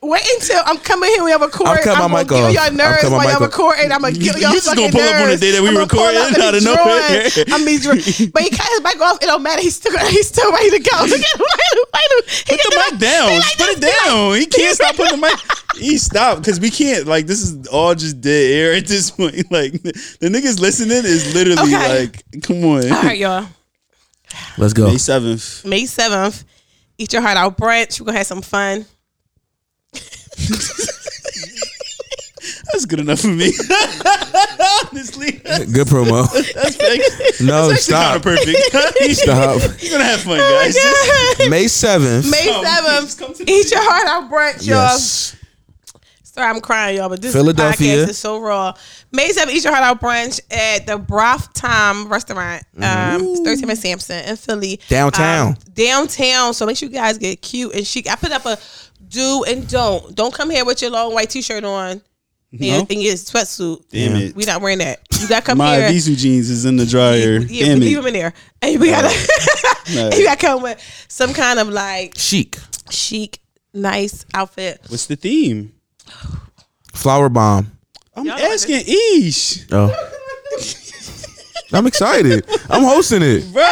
Speaker 2: Wait until I'm coming here. We have a court.
Speaker 3: I'm cutting
Speaker 2: I'm
Speaker 3: my
Speaker 2: gonna
Speaker 3: mic
Speaker 2: kill y'all
Speaker 3: off. I'm
Speaker 2: nerves
Speaker 3: cutting my
Speaker 2: while
Speaker 3: mic
Speaker 2: y'all
Speaker 3: off.
Speaker 2: recording. I'm gonna kill
Speaker 1: You
Speaker 2: y'all
Speaker 1: just gonna
Speaker 2: fucking
Speaker 1: pull up on the
Speaker 2: nerves.
Speaker 1: day that we
Speaker 2: I'ma pull
Speaker 1: recording
Speaker 2: up and
Speaker 1: out of
Speaker 2: be
Speaker 1: nowhere.
Speaker 2: drawing. I'm be drawing. but he cut his mic off. It don't matter. He's still he's still ready to go. Look at him. Put
Speaker 1: Put the mic down. Just put it down. He can't stop putting the mic. He stop because we can't. Like this is all just dead air at this point. Like the niggas listening is literally
Speaker 2: Okay.
Speaker 1: like, come on.
Speaker 2: All right, y'all.
Speaker 3: Let's go.
Speaker 1: May seventh.
Speaker 2: May seventh. Eat your heart out brunch. We're gonna have some fun.
Speaker 1: That's good enough for me. Honestly,
Speaker 3: Good promo.
Speaker 1: that's like,
Speaker 3: No,
Speaker 1: that's kind of
Speaker 3: stop.
Speaker 1: perfect.
Speaker 3: Stop.
Speaker 1: You're gonna have fun,
Speaker 2: Oh my
Speaker 1: guys. Just
Speaker 2: God.
Speaker 3: May 7th.
Speaker 2: May
Speaker 1: come,
Speaker 2: seventh.
Speaker 1: please come to the
Speaker 2: Eat your heart out brunch, y'all.
Speaker 3: Yes.
Speaker 2: Sorry, I'm crying, y'all, but this
Speaker 3: Philadelphia.
Speaker 2: podcast is so raw. May 7th, Eat Your Heart Out brunch at the Broth Time restaurant. Um, it's 13 and Sampson in Philly.
Speaker 3: Mm-hmm. Downtown.
Speaker 2: Um, downtown. So make sure you guys get cute and chic. I put up a do and don't. Don't come here with your long white t shirt on and, your,
Speaker 1: No.
Speaker 2: and your sweatsuit.
Speaker 1: Damn it.
Speaker 2: We're not wearing that. You got to come
Speaker 1: My
Speaker 2: here.
Speaker 1: Visu jeans is in the dryer.
Speaker 2: yeah,
Speaker 1: Damn
Speaker 2: leave
Speaker 1: it.
Speaker 2: them in there. And we gotta,
Speaker 1: No.
Speaker 2: and you gotta come with some kind of like
Speaker 3: Chic.
Speaker 2: chic, nice outfit.
Speaker 1: What's the theme?
Speaker 3: Flower bomb.
Speaker 1: I'm
Speaker 2: Y'all know
Speaker 1: asking Ish,
Speaker 3: Oh. I'm excited. I'm hosting it.
Speaker 1: bro.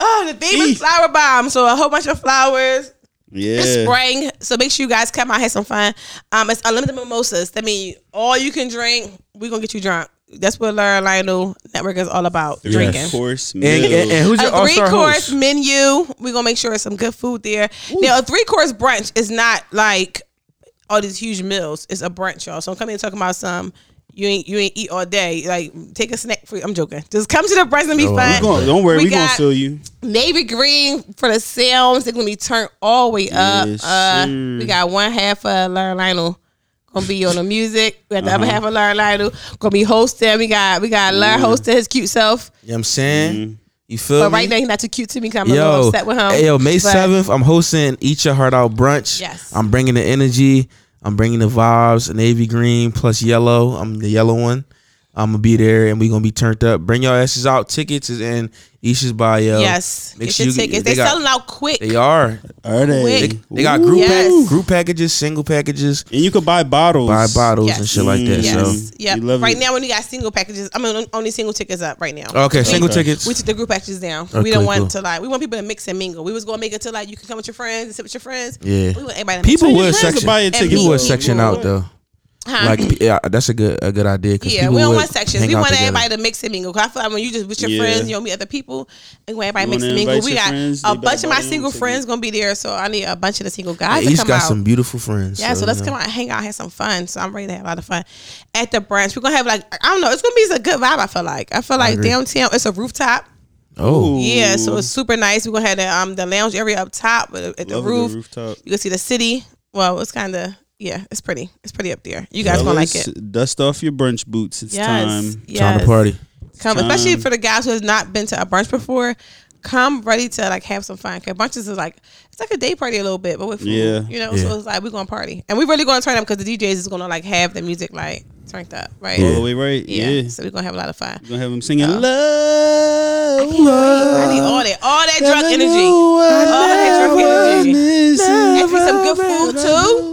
Speaker 2: Oh, the theme is
Speaker 1: Eat.
Speaker 2: flower bomb. So a whole bunch of flowers. It's
Speaker 1: Yeah.
Speaker 2: spring. So make sure you guys come out, have some fun. Um, it's unlimited mimosas. That means all you can drink, we're gonna get you drunk. That's what Laura Lionel Network is all about. Drinking.
Speaker 1: Of course,
Speaker 3: And, and, and who's your
Speaker 2: A
Speaker 3: all
Speaker 2: three
Speaker 3: star
Speaker 2: course
Speaker 3: host?
Speaker 2: menu. We're gonna make sure it's some good food there. Now a three course brunch is not like all these huge meals. It's a brunch, y'all. So I'm coming here talking about some you ain't you ain't eat all day. Like take a snack free. I'm joking. Just come to the brunch and be
Speaker 3: Oh,
Speaker 2: fun.
Speaker 3: we
Speaker 1: Go on, don't worry,
Speaker 2: We
Speaker 1: we, gonna
Speaker 2: got-
Speaker 1: feel you.
Speaker 2: navy green for the sounds. They're gonna be turned all the way up.
Speaker 1: Yes,
Speaker 2: uh,
Speaker 1: sir.
Speaker 2: we got one half of Laura Lionel gonna be on the music. We got the
Speaker 3: Uh-huh.
Speaker 2: other half of Laura Lionel gonna be hosting. We got we got Laura hosting his cute self,
Speaker 3: You know what I'm saying? You feel
Speaker 2: but
Speaker 3: me?
Speaker 2: right now he's not too cute to me. Cause I'm a little
Speaker 3: Yo,
Speaker 2: upset with him.
Speaker 3: hey, yo, May
Speaker 2: But
Speaker 3: seventh, I'm hosting Eat Your Heart Out brunch.
Speaker 2: Yes.
Speaker 3: I'm bringing the energy. I'm bringing the vibes, navy green plus yellow. I'm the yellow one. I'm gonna be there, and we gonna be turned up. Bring your asses out. Tickets is in Isha's bio.
Speaker 2: Yes,
Speaker 3: make
Speaker 2: get
Speaker 3: sure
Speaker 2: your
Speaker 3: you-
Speaker 2: tickets.
Speaker 3: They,
Speaker 2: They,
Speaker 3: got,
Speaker 2: selling out quick.
Speaker 3: They are.
Speaker 1: Are they?
Speaker 2: Quick.
Speaker 3: They got group
Speaker 2: Yes.
Speaker 3: pack, group packages, single packages,
Speaker 1: and you could buy bottles.
Speaker 3: buy bottles and
Speaker 2: Yes.
Speaker 3: shit like that.
Speaker 2: Yes,
Speaker 1: so-
Speaker 2: yep.
Speaker 1: We love
Speaker 2: Right
Speaker 1: it.
Speaker 2: now, when you got single packages, I mean, only single tickets up right now.
Speaker 3: So okay, single
Speaker 1: Okay.
Speaker 3: tickets.
Speaker 2: We took the group packages down.
Speaker 3: Oh, Okay,
Speaker 2: we don't want
Speaker 3: cool.
Speaker 2: to like. We want people to mix and mingle. We was gonna make it to like you can come with your friends and sit with your friends.
Speaker 3: Yeah.
Speaker 2: we want everybody. To mix
Speaker 3: People
Speaker 2: with
Speaker 3: would
Speaker 2: your friends.
Speaker 1: friends to buy your
Speaker 3: section.
Speaker 2: And
Speaker 1: tickets
Speaker 2: meet
Speaker 3: People would
Speaker 1: though.
Speaker 3: section
Speaker 2: people.
Speaker 3: out though.
Speaker 2: Huh?
Speaker 3: Like yeah, that's a good a good idea. 'cause
Speaker 2: yeah,
Speaker 3: people
Speaker 2: we don't
Speaker 3: would
Speaker 2: want sections.
Speaker 3: hang
Speaker 2: We
Speaker 3: out
Speaker 2: want
Speaker 3: together.
Speaker 2: everybody to mix and mingle. 'Cause I feel like when you just with your
Speaker 1: Yeah.
Speaker 2: friends, you don't meet other people, and when everybody
Speaker 1: You
Speaker 2: mix
Speaker 1: wanna
Speaker 2: and mingle,
Speaker 1: invite
Speaker 2: we
Speaker 1: your
Speaker 2: got
Speaker 1: friends,
Speaker 2: a
Speaker 1: they
Speaker 2: bunch of my
Speaker 1: better buy their own
Speaker 2: single
Speaker 1: ticket.
Speaker 2: friends gonna be there. So I need a bunch of the single
Speaker 3: Yeah,
Speaker 2: guys to
Speaker 3: East
Speaker 2: come
Speaker 3: got
Speaker 2: out.
Speaker 3: some beautiful friends.
Speaker 2: Yeah, so, let's
Speaker 3: you
Speaker 2: come
Speaker 3: know.
Speaker 2: out, and hang out, have some fun. So I'm ready to have a lot of fun at the brunch. We're gonna have like I don't know. It's gonna be a good vibe. I feel like I feel like
Speaker 3: agree.
Speaker 2: downtown. It's a rooftop.
Speaker 3: Oh,
Speaker 2: Yeah, so
Speaker 1: Ooh.
Speaker 2: it's super nice. We're gonna have the um the lounge area up top with- at the
Speaker 1: Love a
Speaker 2: roof.
Speaker 1: good rooftop.
Speaker 2: You can see the city. Well, it's kind of yeah, it's pretty. It's pretty up there. You guys gonna like
Speaker 1: Fellas,
Speaker 2: it.
Speaker 1: Dust off your brunch boots. It's
Speaker 2: Yes,
Speaker 1: time.
Speaker 2: yes.
Speaker 3: time to party.
Speaker 2: Come, especially
Speaker 1: time.
Speaker 2: for the guys who has not been to a brunch before. Come ready to like have some fun. Cause brunches is like it's like a day party a little bit, but with food,
Speaker 1: Yeah.
Speaker 2: you know.
Speaker 3: Yeah.
Speaker 2: So it's like we're gonna party, and we're really gonna turn up because the DJs is gonna like have the music like turned up, right?
Speaker 1: All the way right.
Speaker 2: Yeah.
Speaker 1: Yeah.
Speaker 2: So we're gonna have a lot of fun.
Speaker 1: We're gonna have them singing love.
Speaker 2: I need all that, all that drunk energy. All that drunk energy. Have me some good food too.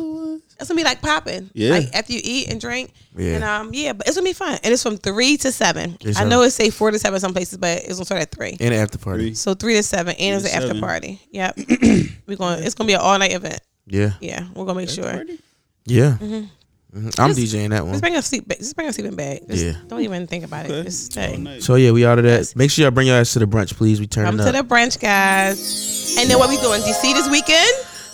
Speaker 2: It's gonna be like popping.
Speaker 1: Yeah.
Speaker 2: Like after you eat and drink.
Speaker 3: Yeah.
Speaker 2: And um yeah, but it's gonna be fun. And it's from three to seven.
Speaker 3: Yes,
Speaker 2: I
Speaker 3: sir.
Speaker 2: know it's say four to seven some places, but it's gonna start at three.
Speaker 3: And after party.
Speaker 1: Three.
Speaker 2: So three to seven, and it's
Speaker 1: Three
Speaker 2: an after
Speaker 1: to seven.
Speaker 2: party. Yep, we're going. It's gonna be an all night event.
Speaker 3: Yeah,
Speaker 2: Yeah, we're gonna make sure.
Speaker 3: yeah. Mhm. I'm
Speaker 2: Just-
Speaker 3: DJing that
Speaker 2: Just
Speaker 3: one.
Speaker 2: bring a sleep. Bag. Just bring a sleeping bag. Just
Speaker 3: Yeah.
Speaker 2: Don't even think about it.
Speaker 1: Okay.
Speaker 2: Just stay.
Speaker 3: So yeah, we out of that. Make sure y'all bring your ass to the brunch, please. We turn
Speaker 2: Come
Speaker 3: up.
Speaker 2: to the brunch, guys. And then what we doing? DC this weekend?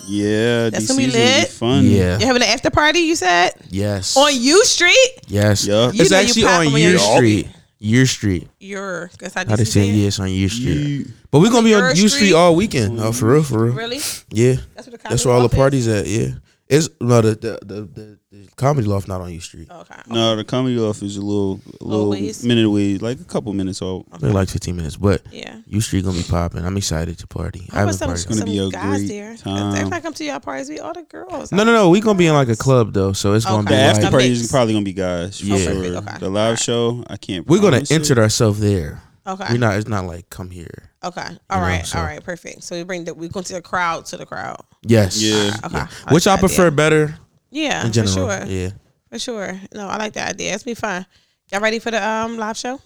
Speaker 1: Yeah,
Speaker 2: That's
Speaker 1: DC's
Speaker 2: gonna
Speaker 1: gonna
Speaker 2: be
Speaker 1: be
Speaker 2: lit.
Speaker 1: fun.
Speaker 3: Yeah.
Speaker 2: You're having an after party. You said
Speaker 3: yes.
Speaker 2: on U Street.
Speaker 3: yes.
Speaker 1: Yup. You
Speaker 3: It's
Speaker 2: know you
Speaker 3: actually
Speaker 2: pop
Speaker 3: on
Speaker 2: when
Speaker 3: Year
Speaker 2: you're-
Speaker 3: Street. Year Street.
Speaker 2: Your that's how
Speaker 3: How they
Speaker 2: DC
Speaker 3: say
Speaker 2: said.
Speaker 3: yeah, it's on Year Street.
Speaker 1: Yeah.
Speaker 3: But we're gonna be on
Speaker 2: Year
Speaker 3: U
Speaker 2: Street?
Speaker 3: Street all weekend. Oh, for real, for real.
Speaker 2: Really?
Speaker 3: Yeah.
Speaker 2: That's what the
Speaker 3: That's where all the
Speaker 2: comedy
Speaker 3: parties at. Yeah. It's no the the the, the, the comedy loft not on U Street.
Speaker 2: loft is? Oh, Okay.
Speaker 1: No, the comedy off is a little, a little
Speaker 2: ways.
Speaker 1: minute away, like a couple minutes off.
Speaker 3: They're like 15 minutes, but
Speaker 2: Yeah.
Speaker 3: U Street gonna be popping. I'm excited to party. I
Speaker 2: I want
Speaker 3: haven't
Speaker 2: some,
Speaker 3: partied.
Speaker 1: gonna
Speaker 2: some
Speaker 1: be a
Speaker 2: guys
Speaker 1: great
Speaker 2: there. 'Cause
Speaker 1: time.
Speaker 2: Every time I come to y'all parties, we all the girls.
Speaker 3: No, no, no. We gonna be in like a club though, so it's gonna
Speaker 2: Okay.
Speaker 1: The
Speaker 2: Yeah,
Speaker 1: after
Speaker 2: a
Speaker 3: be like
Speaker 1: party is
Speaker 2: mix.
Speaker 1: probably gonna be guys. For
Speaker 3: Yeah.
Speaker 1: sure.
Speaker 2: Okay, okay.
Speaker 1: The live show, I can't.
Speaker 3: we're gonna
Speaker 1: promise it.
Speaker 3: enter ourselves there.
Speaker 2: Okay.
Speaker 3: We're not. It's not like come here.
Speaker 2: Okay. All
Speaker 3: know,
Speaker 2: right.
Speaker 3: so-
Speaker 2: All right. Perfect. So we bring the we go to the crowd to the crowd.
Speaker 3: Yes.
Speaker 1: Yeah.
Speaker 2: Ah, Okay. like
Speaker 3: Which I
Speaker 2: that
Speaker 3: prefer
Speaker 2: idea.
Speaker 3: better
Speaker 2: Yeah.
Speaker 3: in general.
Speaker 2: For sure.
Speaker 3: Yeah.
Speaker 2: For sure. No, I like that idea. It's be fun. Y'all ready for the um live show?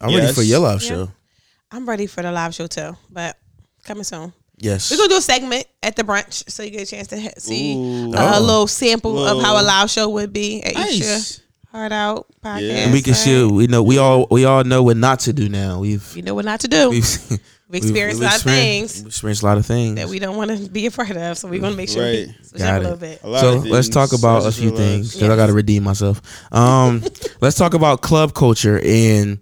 Speaker 3: I'm ready
Speaker 1: Yes.
Speaker 3: for your live
Speaker 2: Yeah.
Speaker 3: show.
Speaker 2: I'm ready for the live show too, but coming soon.
Speaker 3: Yes.
Speaker 2: We're gonna do a segment at the brunch, so you get a chance to he- see
Speaker 1: Ooh.
Speaker 2: uh, a
Speaker 3: Oh.
Speaker 2: little sample of how a
Speaker 1: Whoa.
Speaker 2: live show would be at each year.
Speaker 1: Nice.
Speaker 2: Heart out podcast.
Speaker 1: Yeah.
Speaker 3: And we can
Speaker 2: right?
Speaker 3: see. We know. We all. We all know what not to do now. We've.
Speaker 2: You know what not to do.
Speaker 3: We've.
Speaker 2: We've, experienced
Speaker 3: we've
Speaker 2: a lot of
Speaker 3: experien-
Speaker 2: things
Speaker 3: We've experienced a lot of things.
Speaker 2: that we don't want to be a part of, so we're gonna make sure we
Speaker 1: Right.
Speaker 2: switch up
Speaker 3: Got
Speaker 2: a
Speaker 3: it.
Speaker 2: little bit.
Speaker 1: A lot
Speaker 3: so
Speaker 1: of
Speaker 3: let's
Speaker 1: things.
Speaker 3: talk about a
Speaker 1: Such
Speaker 3: few
Speaker 1: as your
Speaker 3: things
Speaker 1: lives.
Speaker 3: because I got to redeem myself. Um, let's talk about club culture and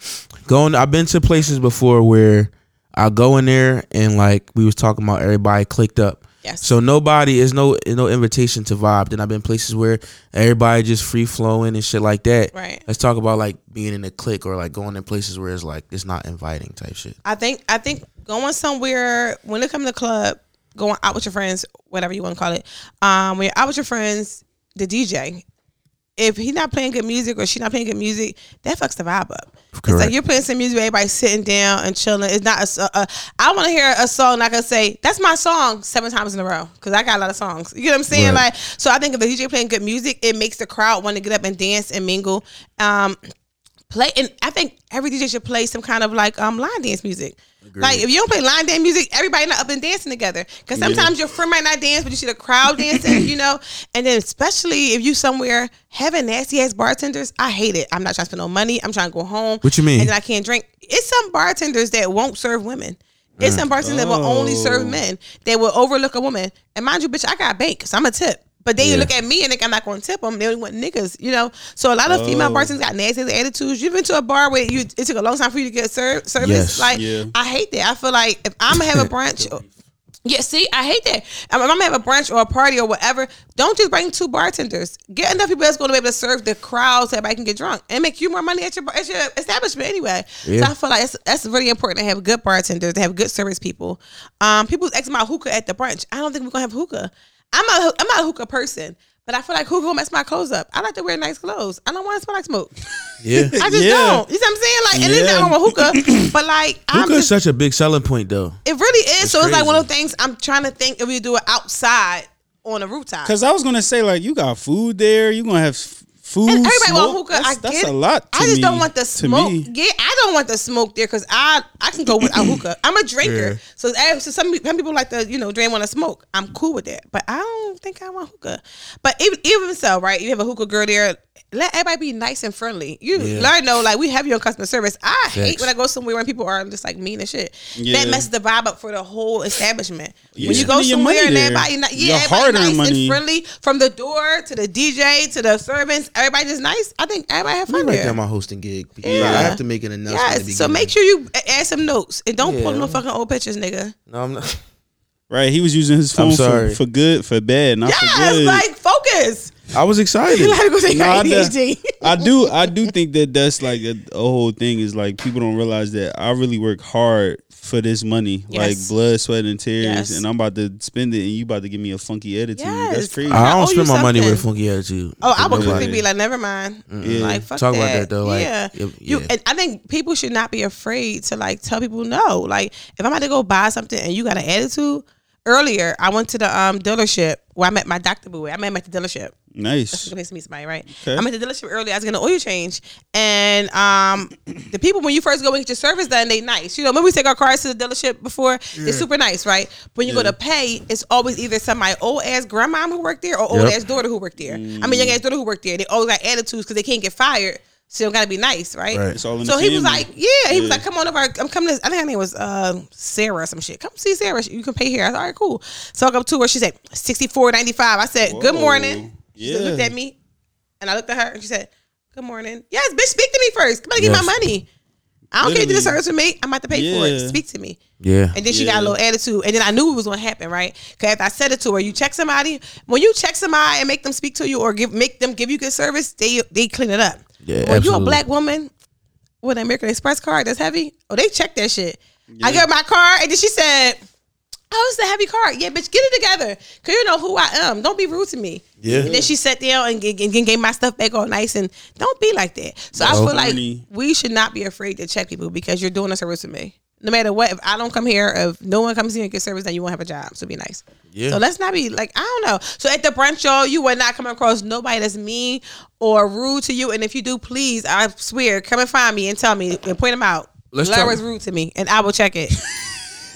Speaker 3: going. I've been to places before where I go in there and like we was talking about, everybody clicked up.
Speaker 2: Yes.
Speaker 3: So nobody is no is no invitation to vibe. Then I've been places where everybody just free flowing and shit like that.
Speaker 2: Right.
Speaker 3: Let's talk about like being in a clique or like going in places where it's like it's not inviting type shit.
Speaker 2: I think I think going somewhere when it comes to the club, going out with your friends, whatever you want to call it. Um, when you're out with your friends, the DJ, if he not playing good music or she not playing good music, that fucks the vibe up. It's like
Speaker 3: Correct.
Speaker 2: you're playing some music, everybody's sitting down and chilling. It's not a s- a- a- I want to hear a song. Not gonna say that's my song seven times in a row because I got a lot of songs. You know what I'm saying?
Speaker 3: Right.
Speaker 2: Like, so I think if the DJ playing good music, it makes the crowd want to get up and dance and mingle. Um, play and I think every DJ should play some kind of like um line dance music. Like if you don't play line dance music, everybody not up and dancing together. Cause sometimes your friend might not dance, but you see the crowd dancing, you know. And then especially if you somewhere having nasty ass bartenders, I hate it. I'm not trying to spend no money. I'm trying to go home.
Speaker 3: What you mean?
Speaker 2: And then I can't drink. It's some bartenders that won't serve women. It's some bartenders that will only serve
Speaker 1: Oh.
Speaker 2: men. They will overlook a woman. And mind you, bitch, I got bank, so I'm a tip. But they
Speaker 3: Yeah.
Speaker 2: look at me and think I'm not going to tip them. They only want niggas, you know. So a lot of female
Speaker 1: Oh.
Speaker 2: bartenders got nasty attitudes. You've been to a bar where you it took a long time for you to get served service.
Speaker 3: Yes.
Speaker 2: Like
Speaker 1: Yeah.
Speaker 2: I hate that. I feel like if I'm gonna have a brunch. Yeah, see, I hate that. Um, If I'm gonna have a brunch or a party or whatever, don't just bring two bartenders. Get enough people that's gonna be able to serve the crowd so everybody can get drunk and make you more money at your at your establishment anyway. So
Speaker 3: Yeah.
Speaker 2: I feel like that's, that's really important to have good bartenders, to have good service people. Um, people was asking about hookah at the brunch. I don't think we're gonna have hookah. I'm not a- I'm not a hookah person, but I feel like hookah will mess my clothes up. I like to wear nice clothes. I don't want to smell like smoke.
Speaker 3: Yeah.
Speaker 2: I just
Speaker 1: Yeah.
Speaker 2: don't. You know what I'm saying? Like, and it's
Speaker 1: Yeah.
Speaker 2: not wrong with hookah, but like, I'm
Speaker 3: Hookah is
Speaker 2: just,
Speaker 3: such a big selling point though.
Speaker 2: it really is. so it's like
Speaker 3: crazy.
Speaker 2: one of those things I'm trying to think if we do it outside on a rooftop.
Speaker 1: Cause I was gonna say like you got food there, you gonna have f- food.
Speaker 2: And everybody
Speaker 1: smoke,
Speaker 2: want hookah.
Speaker 1: That's,
Speaker 2: I
Speaker 1: that's
Speaker 2: get it.
Speaker 1: a lot. to
Speaker 2: I just
Speaker 1: me-
Speaker 2: don't want the
Speaker 1: to
Speaker 2: smoke.
Speaker 1: me.
Speaker 2: Yeah, I don't want the smoke there because I I can go without hookah. I'm a drinker,
Speaker 3: Yeah.
Speaker 2: so, eh, so some some people like to you know drain want to smoke. I'm cool with that, but I don't think I want hookah. But even even so, right? You have a hookah girl there. Let everybody be nice and friendly. You
Speaker 3: Yeah.
Speaker 2: learn though, like we have your customer service. I hate
Speaker 3: Facts.
Speaker 2: when I go somewhere and people are just like mean and shit.
Speaker 1: Yeah.
Speaker 2: That messes the vibe up for the whole establishment. When
Speaker 1: Yeah.
Speaker 2: you go
Speaker 1: Spending your money
Speaker 2: somewhere and
Speaker 1: there.
Speaker 2: everybody, ni-
Speaker 1: Your
Speaker 2: yeah, everybody
Speaker 1: hard-earned
Speaker 2: nice
Speaker 1: money.
Speaker 2: and friendly from the door to the DJ to the servants. Everybody just nice. I think everybody have
Speaker 3: Let
Speaker 2: fun
Speaker 3: me write
Speaker 2: there.
Speaker 3: down my hosting gig. because
Speaker 2: Yeah.
Speaker 3: I have to make an announcement. at the
Speaker 2: Yes. So
Speaker 3: beginning.
Speaker 2: make sure you a- add some notes and don't pull
Speaker 3: Yeah.
Speaker 2: no fucking old pictures, nigga.
Speaker 3: No, I'm not.
Speaker 1: Right, he was using his phone
Speaker 3: I'm
Speaker 1: for,
Speaker 3: sorry.
Speaker 1: for good, for bad, not for
Speaker 2: Yes.
Speaker 1: good.
Speaker 2: Like focus.
Speaker 3: I was excited.
Speaker 2: You like go take your
Speaker 1: Nah, I
Speaker 2: ADHD.
Speaker 1: I do, I do think that that's like a, a whole thing. Is like people don't realize that I really work hard for this money,
Speaker 2: Yes.
Speaker 1: like blood, sweat, and tears,
Speaker 2: Yes.
Speaker 1: and I'm about to spend it, and you about to give me a funky attitude.
Speaker 2: Yes.
Speaker 1: That's crazy.
Speaker 2: I
Speaker 3: I
Speaker 2: owe
Speaker 3: don't
Speaker 2: you
Speaker 3: spend my money with
Speaker 2: something.
Speaker 3: funky attitude.
Speaker 2: Oh, I would
Speaker 1: Nobody.
Speaker 2: quickly be like, never mind.
Speaker 1: Yeah.
Speaker 2: Like fuck
Speaker 3: Talk
Speaker 2: that.
Speaker 3: about that, though, like,
Speaker 2: yeah.
Speaker 3: yep,
Speaker 2: You
Speaker 3: yeah.
Speaker 2: and I think people should not be afraid to like tell people no. Like if I'm about to go buy something and you got an attitude. Earlier, I went to the um, dealership where I met my doctor boo. at. I met him at the dealership.
Speaker 1: nice.
Speaker 2: place to meet somebody, right?
Speaker 1: Okay.
Speaker 2: I'm at the dealership early. I was getting an oil change, and um, the people when you first go and get your service done, they nice. You know, when we take our cars to the dealership before, they're super nice, right? When you go to pay, it's always either somebody old ass grandma who worked there or old
Speaker 3: Yep.
Speaker 2: ass daughter who worked there. I mean, young ass daughter who worked there. They always got attitudes because they can't get fired. So gotta be nice, right?
Speaker 3: Right.
Speaker 1: It's all in
Speaker 2: so
Speaker 1: the
Speaker 2: he was
Speaker 1: family.
Speaker 2: like, yeah, he was
Speaker 1: Yeah.
Speaker 2: like, come on over. I'm coming. To, I think her name was uh, Sarah or some shit. Come see Sarah. You can pay here. I said, all right, cool. So I go up to her. She said, sixty four ninety five. I said, good
Speaker 1: Whoa.
Speaker 2: morning. She
Speaker 1: Yeah.
Speaker 2: looked at me, and I looked at her, and she said, good morning. Yes, bitch, speak to me first. Come on, get
Speaker 3: Yes.
Speaker 2: my money. I don't care if you do the
Speaker 1: Literally.
Speaker 2: service with me. I'm about to pay for it.
Speaker 1: Yeah.
Speaker 2: Speak to me.
Speaker 3: Yeah.
Speaker 2: And then she got a
Speaker 1: Yeah.
Speaker 2: little attitude. And then I knew it was gonna happen, right? Cause if I said it to her, you check somebody, when you check somebody and make them speak to you or give make them give you good service, they they clean it up.
Speaker 3: Yeah,
Speaker 2: when you a
Speaker 3: absolutely.
Speaker 2: black woman with an American Express card that's heavy, oh they check that shit. I got my card and then she said, Oh, it's a heavy card. Yeah, bitch, get it together. Cause you know who I am. Don't be rude to me.
Speaker 3: Yeah.
Speaker 2: And then she sat down and, g- g- gave my stuff back all nice and don't be like that. So I
Speaker 3: No.
Speaker 2: feel like
Speaker 1: Corny.
Speaker 2: we should not be afraid to check people because you're doing a service to me. No matter what, if I don't come here, if no one comes here and gets service, then you won't have a job. So be nice.
Speaker 3: Yeah.
Speaker 2: So let's not be like I don't know. So at the brunch, y'all, you will not come across nobody that's mean or rude to you. And if you do, please, I swear, come and find me and tell me and point them out.
Speaker 3: Let's
Speaker 2: Lara
Speaker 3: talk-
Speaker 2: is rude to me, and I will check it.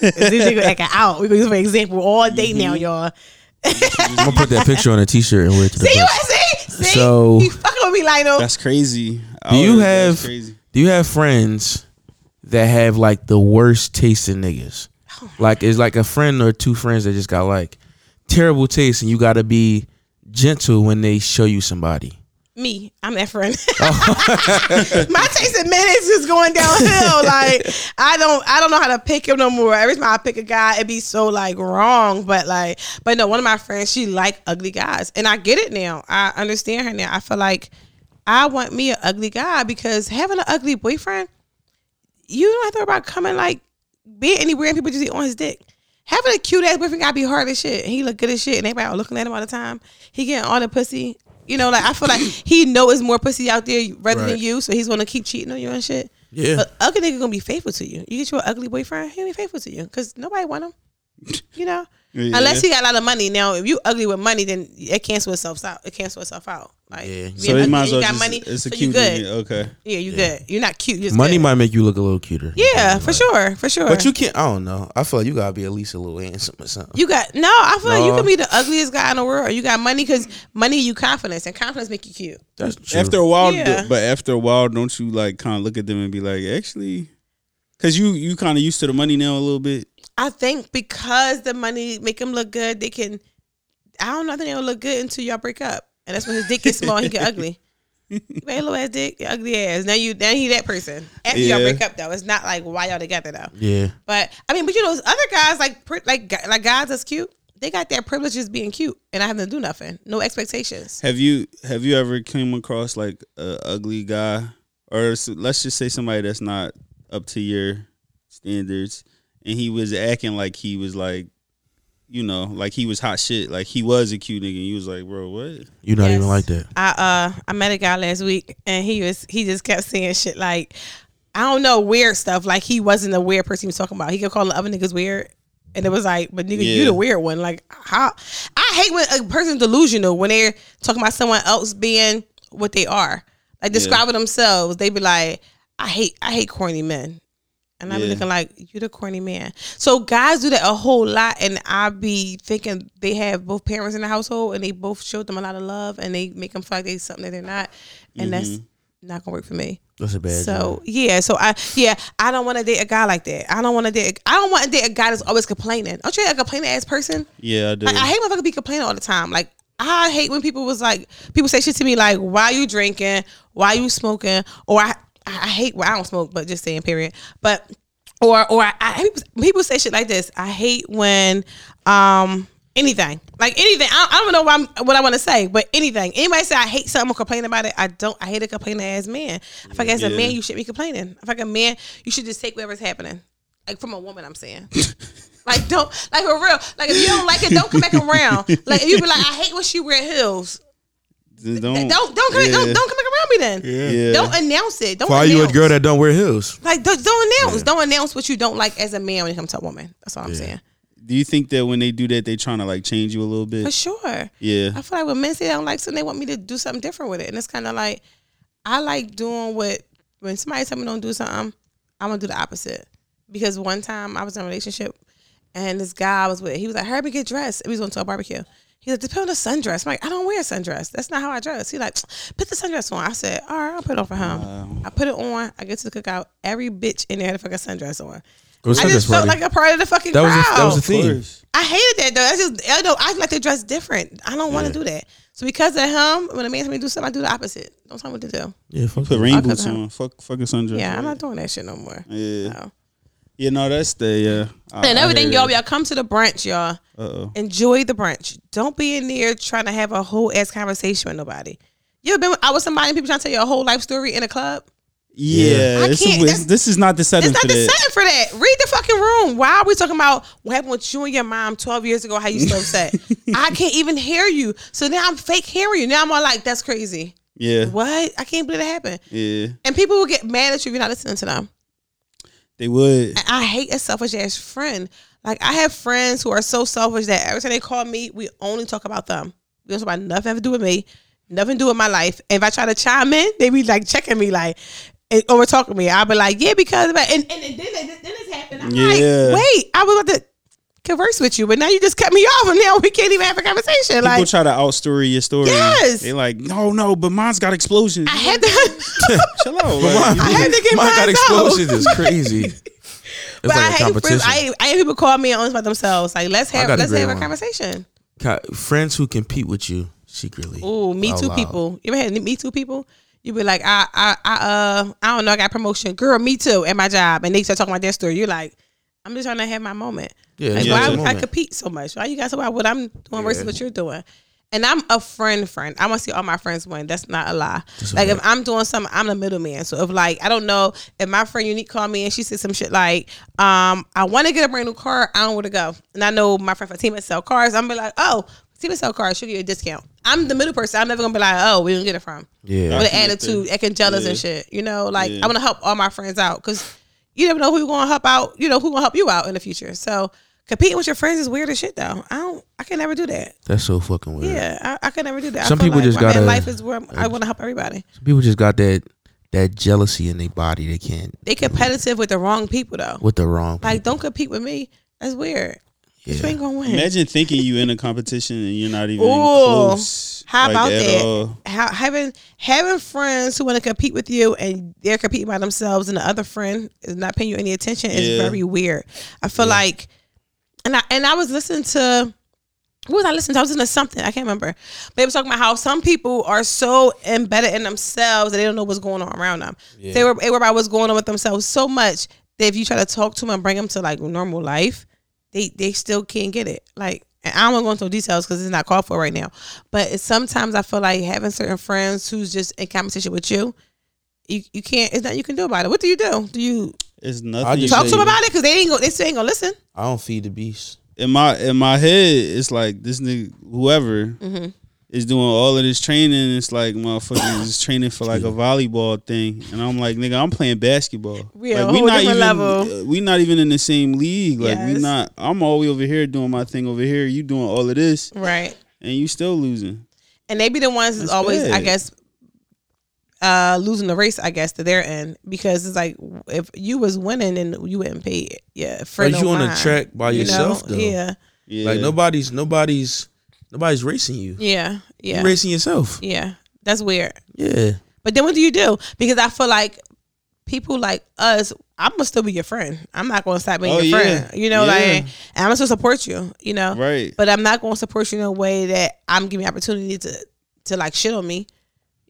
Speaker 2: this nigga acting out. We gonna use it for example all day
Speaker 3: Mm-hmm.
Speaker 2: now, y'all.
Speaker 3: I'm gonna put that picture on a T-shirt and wear it to the.
Speaker 2: See you,
Speaker 3: bus.
Speaker 2: see, see.
Speaker 3: So-
Speaker 2: you fucking with me, Lionel.
Speaker 1: That's crazy. I
Speaker 3: Do you
Speaker 1: would- that's
Speaker 3: have
Speaker 1: crazy.
Speaker 3: Do you have friends that have like the worst taste in niggas?
Speaker 2: Oh.
Speaker 3: Like it's like a friend or two friends that just got like terrible taste, and you gotta be gentle when they show you somebody.
Speaker 2: me. I'm that friend. my taste in men is just going downhill. Like I don't I don't know how to pick him no more. Every time I pick a guy, it be so like wrong. But like but no, one of my friends, she like ugly guys. And I get it now. I understand her now. I feel like I want me an ugly guy because having an ugly boyfriend, you don't have to worry about coming like being anywhere and people just be on his dick. Having a cute ass boyfriend gotta be hard as shit. He look good as shit, and everybody all looking at him all the time. He getting all the pussy. You know, like I feel like he know it's more pussy out there rather than
Speaker 3: Right.
Speaker 2: you, so he's gonna keep cheating on you and shit.
Speaker 3: Yeah.
Speaker 2: But ugly nigga gonna be faithful to you. You get you an ugly boyfriend, he'll be faithful to you because nobody want him. You know,
Speaker 1: Yeah.
Speaker 2: unless he got a lot of money. Now, if you ugly with money, then it cancel itself out. It cancel itself out. Like,
Speaker 3: Yeah.
Speaker 2: being
Speaker 1: So it
Speaker 2: ugly
Speaker 1: might
Speaker 2: and
Speaker 1: as
Speaker 2: you
Speaker 1: well
Speaker 2: got
Speaker 1: just,
Speaker 2: money,
Speaker 1: it's a
Speaker 2: so you
Speaker 1: cute
Speaker 2: good.
Speaker 1: nigga. Okay.
Speaker 2: Yeah, you good. You're not cute. You're just
Speaker 3: Money
Speaker 2: good.
Speaker 3: might make you look a little cuter.
Speaker 2: Yeah, for sure, for sure.
Speaker 3: But you can't. I don't know. I feel like you gotta be at least a little handsome or something.
Speaker 2: You got no. I feel like you
Speaker 3: No.
Speaker 2: can be the ugliest guy in the world. You got money because money you confidence and confidence make you cute.
Speaker 3: That's true.
Speaker 1: After a while,
Speaker 2: Yeah.
Speaker 1: but after a while, don't you like kind of look at them and be like, actually, because you you kind of used to the money now a little bit.
Speaker 2: I think because the money make him look good, they can. I don't know. I think they'll look good until y'all break up, and that's when his dick gets small. and He get ugly. You got a little ass dick, you ugly ass. Now you, now he that person. After y'all
Speaker 1: Yeah.
Speaker 2: break up though, it's not like why y'all together though.
Speaker 3: yeah.
Speaker 2: But I mean, but you know, those other guys like pri- like gu- like guys that's cute. They got their privileges being cute, and I have to do nothing, no expectations.
Speaker 1: Have you have you ever came across like a ugly guy, or s- let's just say somebody that's not up to your standards, and he was acting like he was like, you know, like he was hot shit, like he was a cute nigga, and you was like, bro, what?
Speaker 3: You're not even
Speaker 2: Yes.
Speaker 3: like that.
Speaker 2: I uh I met a guy last week and he was he just kept saying shit like I don't know weird stuff like he wasn't the weird person he was talking about. He kept calling other niggas weird. And it was like, but nigga, you
Speaker 1: Yeah.
Speaker 2: the weird one. Like, how? I hate when a person's delusional when they're talking about someone else being what they are. Like describing themselves, they be like, "I hate, I hate corny men," and I be
Speaker 1: Yeah.
Speaker 2: looking like, "You the corny man." So guys do that a whole lot, and I be thinking they have both parents in the household, and they both showed them a lot of love, and they make them feel like they something that they're not, and that's
Speaker 1: Mm-hmm.
Speaker 2: not gonna work for me.
Speaker 3: That's a bad.
Speaker 2: So yeah, so I yeah, I don't want to date a guy like that. I don't want to date. I don't want to date a guy that's always complaining. Aren't you a complaining ass person?
Speaker 1: Yeah, I do.
Speaker 2: Like, I hate when fucking be complaining all the time. Like I hate when people was like people say shit to me like why you drinking, why you smoking, or I I hate well I don't smoke but just saying period. But or or I, I people- people say shit like this. I hate when um anything like anything. I, I don't know what, I'm, what I want to say, but anything. Anybody say I hate something or complain about it? I don't. I hate a complaining ass man. I feel like as a
Speaker 1: Yeah.
Speaker 2: man you should be complaining. I feel like a man you should just take whatever's happening. Like from a woman, I'm saying. Like don't like for real. Like if you don't like it, don't come back around. Like if you be like, I hate when she wear heels.
Speaker 1: Don't
Speaker 2: Don't don't come don't, don't come back around me then.
Speaker 1: Yeah.
Speaker 2: Don't announce it. Don't
Speaker 3: Why
Speaker 2: announce.
Speaker 3: you a girl that don't wear heels?
Speaker 2: like don't, don't announce. Don't announce what you don't like as a man when it comes to a woman. That's all I'm saying.
Speaker 1: Do you think that when they do that, they trying to like change you a little
Speaker 2: For
Speaker 1: bit?
Speaker 2: sure. I
Speaker 1: Yeah,
Speaker 2: feel like when men say they don't like something, they want me to do something different with it. And it's kinda like I like doing what when somebody tell me don't do something, I'm gonna do the opposite. Because one time I was in a relationship and this guy I was with, he was like, Hurry up and get dressed. We was going to a barbecue. He's like, put on a sundress. I'm like, I don't wear a sundress. That's not how I dress. He like, put the sundress on. I said, All right, I'll put it on for him. I put it on. I get to the cookout. Every bitch in there had a fucking sundress on.
Speaker 3: It was
Speaker 2: I just
Speaker 3: sundress
Speaker 2: felt
Speaker 3: party.
Speaker 2: like a part of the fucking
Speaker 3: that was
Speaker 2: crowd.
Speaker 3: a, that was the
Speaker 1: Of
Speaker 3: theme.
Speaker 1: course.
Speaker 2: I hated that though. That's just I know I like to dress different. I don't want to do that. So because of him, when a man tells me to do something, I do the opposite. Don't tell me what to do.
Speaker 3: Yeah, fuck
Speaker 1: Put
Speaker 3: that.
Speaker 1: rain
Speaker 2: I could've
Speaker 1: boots
Speaker 2: had-
Speaker 1: on. Fuck, fucking sundress.
Speaker 2: Yeah, I'm not doing that shit no more.
Speaker 1: Yeah,
Speaker 2: No.
Speaker 1: yeah. No, that's the yeah. I-
Speaker 2: And
Speaker 1: I
Speaker 2: everything,
Speaker 1: heard
Speaker 2: y'all,
Speaker 1: that.
Speaker 2: y'all come to the brunch, y'all.
Speaker 1: Uh-oh.
Speaker 2: Enjoy the brunch. Don't be in there trying to have a whole ass conversation with nobody. You ever been with- out with somebody and people trying to tell you a whole life story in a club?
Speaker 1: Yeah,
Speaker 2: I
Speaker 1: it's-
Speaker 2: can't-
Speaker 1: it's-
Speaker 2: that's-
Speaker 1: this is not the setting
Speaker 2: It's not
Speaker 1: for
Speaker 2: the
Speaker 1: that.
Speaker 2: setting for that. Read the fucking room. Why are we talking about what happened with you and your mom 12 years ago? How you so upset? I can't even hear you. So now I'm fake hearing you. Now I'm all like, that's crazy.
Speaker 1: Yeah,
Speaker 2: What? I can't believe that happened.
Speaker 1: yeah.
Speaker 2: And people will get mad at you if you're not listening to them.
Speaker 1: They would.
Speaker 2: And I hate a selfish ass friend. Like I have friends who are so selfish that every time they call me, we only talk about them. We don't talk about nothing to do with me, nothing to do with my life. And if I try to chime in, they be like checking me, like and over talking me. I'll be like, yeah, because of that. And, and, and then, then this happened. I'm
Speaker 1: Yeah.
Speaker 2: like, wait, I was about to converse with you, but now you just cut me off, and now we can't even have a conversation.
Speaker 1: People
Speaker 2: Like
Speaker 1: try to outstory your story.
Speaker 2: Yes.
Speaker 1: They like, no, no, but mine's got explosions.
Speaker 2: I had to.
Speaker 1: Chill out. like,
Speaker 2: I had to get
Speaker 3: Mine got
Speaker 2: mine
Speaker 3: explosions. It's crazy. It's
Speaker 2: But I
Speaker 3: like a
Speaker 2: hate friends.
Speaker 3: competition.
Speaker 2: I hate, I hate people call me and always by themselves. Like let's have
Speaker 3: got a
Speaker 2: let's
Speaker 3: great
Speaker 2: have a
Speaker 3: one.
Speaker 2: conversation.
Speaker 3: Co- friends who compete with you secretly.
Speaker 2: Ooh, me
Speaker 3: Out
Speaker 2: too
Speaker 3: loud.
Speaker 2: people. You ever had me too people? You be like, I, I, I, uh, I don't know. I got promotion, girl. Me too at my job, and they start talking about their story. You're like, I'm just trying to have my moment.
Speaker 3: Yeah,
Speaker 2: like,
Speaker 3: yeah,
Speaker 2: why
Speaker 3: it's a
Speaker 2: would I
Speaker 3: moment.
Speaker 2: compete so much? Why you guys talk about what I'm doing versus
Speaker 3: Yeah.
Speaker 2: what you're doing? And I'm a friend, friend. I want to see all my friends win. That's not a lie.
Speaker 3: That's a
Speaker 2: like if
Speaker 3: fact.
Speaker 2: I'm doing something, I'm the middleman. So if like I don't know if my friend Unique called me and she said some shit like, um, I want to get a brand new car. I don't know where to go. And I know my friend Fatima sell cars. I'm be like, oh, Fatima sell cars. She'll give you a discount. I'm the middle person. I'm never gonna be like, oh, we don't get it from
Speaker 3: Yeah.
Speaker 2: with an
Speaker 1: Document
Speaker 2: attitude,
Speaker 1: that.
Speaker 2: acting jealous
Speaker 1: Yeah.
Speaker 2: and shit. You know, like
Speaker 1: Yeah.
Speaker 2: I want to help all my friends out because you never know who gonna help out. You know who gonna help you out in the future. So competing with your friends is weird as shit though. I don't. I can never do that.
Speaker 3: That's so fucking weird.
Speaker 2: Yeah, I, I can never do that. I
Speaker 3: Some
Speaker 2: feel
Speaker 3: people
Speaker 2: like
Speaker 3: just
Speaker 2: my-
Speaker 3: gotta-
Speaker 2: and life is where I'm- I want to help everybody.
Speaker 3: Some people just got that that jealousy in their body. They can't
Speaker 2: They competitive with the wrong people though.
Speaker 3: with the wrong.
Speaker 2: Like
Speaker 3: people.
Speaker 2: don't compete with me. That's weird. 'Cause You
Speaker 3: Yeah.
Speaker 2: ain't gonna win.
Speaker 1: Imagine thinking you in a competition and you're not even
Speaker 2: Ooh,
Speaker 1: close.
Speaker 2: How
Speaker 1: like,
Speaker 2: about
Speaker 1: at
Speaker 2: that?
Speaker 1: all.
Speaker 2: How, having having friends who want to compete with you and they're competing by themselves, and the other friend is not paying you any attention is
Speaker 1: Yeah.
Speaker 2: very weird. I feel like, and I and I was listening to. Who was I listening to? I was listening to something. I can't remember. But they were talking about how some people are so embedded in themselves that they don't know what's going on around them. They were they were about what's going on with themselves so much that if you try to talk to them and bring them to like normal life, they they still can't get it. Like, and I don't want to go into details because it's not called for right now. But it's, sometimes I feel like having certain friends who's just in competition with you, you you can't. It's nothing you can do about it. What do you do? Do you
Speaker 1: It's nothing.
Speaker 3: I
Speaker 1: you
Speaker 3: just
Speaker 2: talk to
Speaker 1: say.
Speaker 2: them about it? Because they ain't go. They still ain't gonna listen.
Speaker 3: I don't feed the beast.
Speaker 1: in my in my head, it's like this nigga, whoever
Speaker 2: Mm-hmm.
Speaker 1: is doing all of this training. It's like motherfuckers is training for like a volleyball thing, and I'm like, nigga, I'm playing basketball.
Speaker 2: We on
Speaker 1: like,
Speaker 2: a whole different
Speaker 1: even
Speaker 2: level.
Speaker 1: uh, we not even in the same league. Like we
Speaker 2: Yes.
Speaker 1: not. I'm all the way over here doing my thing over here. You doing all of this,
Speaker 2: Right.
Speaker 1: and you still losing.
Speaker 2: And they be the ones that's always, I
Speaker 1: bad.
Speaker 2: guess, uh, losing the race, I guess, to their end because it's like if you was winning and you wouldn't pay, yeah, for
Speaker 3: Are
Speaker 2: no
Speaker 3: you on
Speaker 2: wine,
Speaker 3: a track by
Speaker 2: you know?
Speaker 3: yourself though?
Speaker 2: Yeah,
Speaker 1: Yeah.
Speaker 3: Like nobody's nobody's nobody's racing you.
Speaker 2: yeah,
Speaker 3: You're
Speaker 2: yeah,
Speaker 3: racing yourself.
Speaker 2: yeah. That's weird.
Speaker 3: Yeah.
Speaker 2: But then what do you do? Because I feel like people like us, I'm gonna still be your friend. I'm not gonna stop being
Speaker 1: Oh,
Speaker 2: your
Speaker 1: yeah.
Speaker 2: friend. You know,
Speaker 1: Yeah.
Speaker 2: like and I'm gonna still support you. You know,
Speaker 1: Right.
Speaker 2: but I'm not going to support you in a way that I'm giving you opportunity to to like shit on me.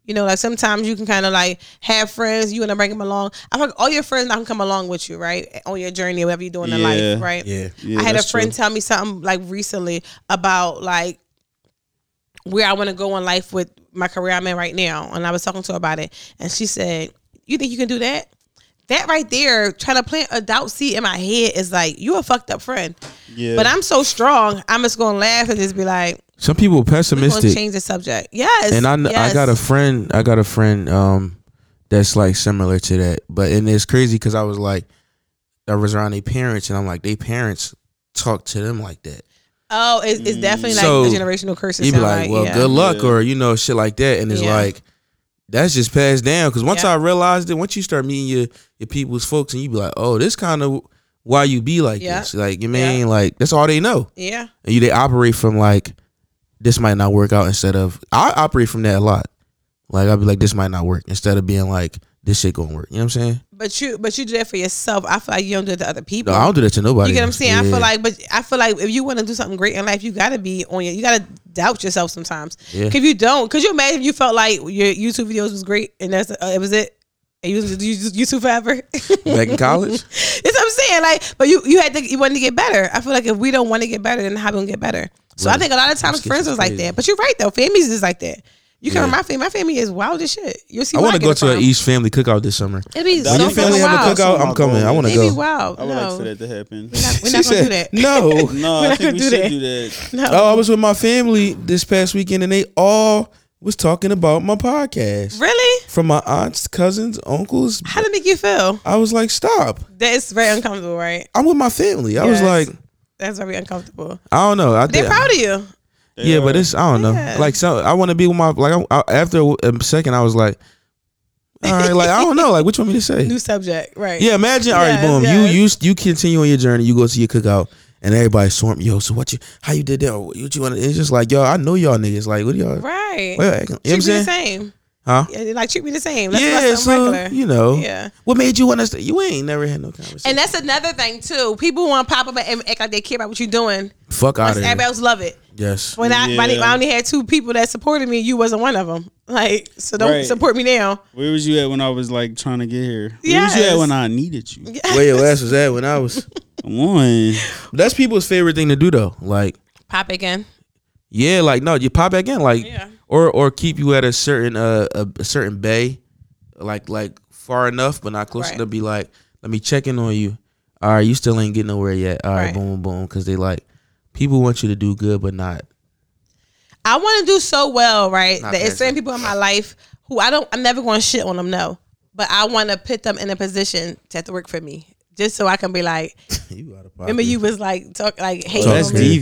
Speaker 2: You know, like sometimes you can kind of like have friends, you and I bring them along. I feel like all your friends not gonna come along with you, right, on your journey, whatever you're doing in
Speaker 1: Yeah.
Speaker 2: life, right?
Speaker 3: Yeah.
Speaker 1: Yeah,
Speaker 2: I had a
Speaker 1: that's
Speaker 2: friend
Speaker 1: true.
Speaker 2: tell me something like recently about like where I want to go in life with my career I'm in right now, and I was talking to her about it, and she said, "You think you can do that?" That right there, trying to plant a doubt seed in my head is like you a fucked up friend.
Speaker 1: Yeah.
Speaker 2: But I'm so strong, I'm just gonna laugh and just be like,
Speaker 3: Some people
Speaker 2: "We're gonna
Speaker 3: pessimistic.
Speaker 2: change the subject." Yes,
Speaker 3: And I kn-
Speaker 2: yes.
Speaker 3: I got a friend I got a friend um that's like similar to that. But and it's crazy cuz I was like I was around their parents and I'm like they parents talk to them like that.
Speaker 2: oh, it's, it's definitely like
Speaker 3: So,
Speaker 2: the generational curse. it
Speaker 3: You'd be
Speaker 2: sound
Speaker 3: like, well,
Speaker 2: yeah.
Speaker 3: good luck,
Speaker 1: Yeah.
Speaker 3: or you know, shit like that, and it's
Speaker 2: Yeah.
Speaker 3: like that's just passed down. Because once
Speaker 2: Yeah.
Speaker 3: I realized it, once you start meeting your your people's folks, and you be like, oh, this kind of why you be like
Speaker 2: Yeah.
Speaker 3: this, like you
Speaker 2: Yeah.
Speaker 3: mean, like that's all they know,
Speaker 2: Yeah,
Speaker 3: and you they operate from like this might not work out instead of I operate from that a lot. Like I'd be like, this might not work instead of being like this shit gonna work. You know what I'm saying?
Speaker 2: but you but you do that for yourself. I feel like you don't do it to other people.
Speaker 3: No, I don't do that to nobody.
Speaker 2: You get what I'm saying? I
Speaker 3: Yeah.
Speaker 2: feel like, but I feel like if you want to do something great in life, you gotta be on your, you gotta doubt yourself sometimes.
Speaker 3: Yeah.
Speaker 2: Cause if you don't, could you imagine if you felt like your YouTube videos was great and that's uh, it was it, and you was you- you- YouTube forever?
Speaker 3: back in college.
Speaker 2: That's what I'm saying. Like, but you you had to you wanted to get better. I feel like if we don't want to get better, then how we gonna get better? So I
Speaker 3: Right.
Speaker 2: think a lot of times
Speaker 3: Let's get
Speaker 2: friends
Speaker 3: you
Speaker 2: was like
Speaker 3: crazy.
Speaker 2: that. But you're right though, families is like that. You can
Speaker 3: Yeah.
Speaker 2: remember my family. My family is wild as shit. You see,
Speaker 3: I
Speaker 2: where
Speaker 3: want to
Speaker 2: get
Speaker 3: go
Speaker 2: it
Speaker 3: to an
Speaker 2: from.
Speaker 3: East family cookout this summer.
Speaker 2: It'd be
Speaker 1: When
Speaker 2: so
Speaker 1: your
Speaker 3: Your family
Speaker 2: fucking
Speaker 1: have a
Speaker 2: wild.
Speaker 1: cookout?
Speaker 3: cookout, I'm coming. I want to
Speaker 2: It'd be
Speaker 3: go.
Speaker 2: wild.
Speaker 1: I would like for
Speaker 2: No,
Speaker 1: that to happen.
Speaker 2: we're not, we're
Speaker 3: She
Speaker 2: not gonna
Speaker 3: said,
Speaker 2: do that.
Speaker 3: No.
Speaker 1: No,
Speaker 2: We're
Speaker 1: I
Speaker 2: not
Speaker 1: think we
Speaker 2: gonna do
Speaker 1: should
Speaker 2: that.
Speaker 1: do that.
Speaker 2: No.
Speaker 3: Oh, I was with my family this past weekend, and they all was talking about my podcast.
Speaker 2: Really?
Speaker 3: From my aunts, cousins, uncles,
Speaker 2: How did it make you feel?
Speaker 3: I was like, "Stop!
Speaker 2: That is very uncomfortable, right?
Speaker 3: I'm with my family." I
Speaker 2: Yes.
Speaker 3: was like,
Speaker 2: That's very uncomfortable.
Speaker 3: "I don't know." I
Speaker 2: They're
Speaker 3: think-
Speaker 2: proud of you.
Speaker 1: They
Speaker 3: Yeah, but
Speaker 1: are.
Speaker 3: it's I don't know.
Speaker 2: Yeah.
Speaker 3: Like, so I want to be with my like. I, I, after a second, I was like, "All right, like I don't know. Like, what you want me to say?"
Speaker 2: New subject, right?
Speaker 3: Yeah, imagine. All right,
Speaker 2: Yes,
Speaker 3: boom.
Speaker 2: yes.
Speaker 3: You you you continue on your journey. You go to your cookout, and everybody swarm. Yo, so what you? How you did that? Or What you want? It's just like, yo, I know y'all niggas. Like, what y'all?
Speaker 2: Right.
Speaker 3: Well, you know what
Speaker 2: treat
Speaker 3: I'm
Speaker 2: me the
Speaker 3: saying?
Speaker 2: same.
Speaker 3: Huh?
Speaker 2: Yeah, they like treat me the same. Let's yeah,
Speaker 3: so,
Speaker 2: regular.
Speaker 3: you know,
Speaker 2: Yeah.
Speaker 3: what made you want to? St- you ain't never had no conversation.
Speaker 2: And that's another thing too. People who want to pop up and act like they care about what you're doing.
Speaker 3: Fuck out of
Speaker 2: Everybody
Speaker 3: here.
Speaker 2: else love it.
Speaker 3: Yes.
Speaker 2: When I, when I-
Speaker 1: Yeah.
Speaker 2: I only had two people that supported me, you wasn't one of them. Like, so don't
Speaker 1: Right.
Speaker 2: support me now.
Speaker 1: Where was you at when I was like trying to get here? Where was you
Speaker 2: Yes.
Speaker 1: at when I needed you?
Speaker 3: Where your ass was at when I was?
Speaker 1: Come on.
Speaker 3: That's people's favorite thing to do though. Like,
Speaker 2: Pop again.
Speaker 3: yeah, like no, you pop back in, like,
Speaker 2: Yeah.
Speaker 3: or or keep you at a certain uh a, a certain bay, like like far enough but not close
Speaker 2: Right.
Speaker 3: enough to be like, let me check in on you. All right, you still ain't getting nowhere yet. All right,
Speaker 2: Right.
Speaker 3: boom, boom, boom, because they like people want you to do good but not.
Speaker 2: I want to do so well, right?
Speaker 3: Not
Speaker 2: that it's
Speaker 3: bad.
Speaker 2: certain people in my life who I don't, I'm never going to shit on them, no. But I want to put them in a position to have to work for me, just so I can be like,
Speaker 3: you out of pocket.
Speaker 2: remember you was like talk like hating
Speaker 3: Talk
Speaker 1: That's
Speaker 2: on me.
Speaker 3: deep.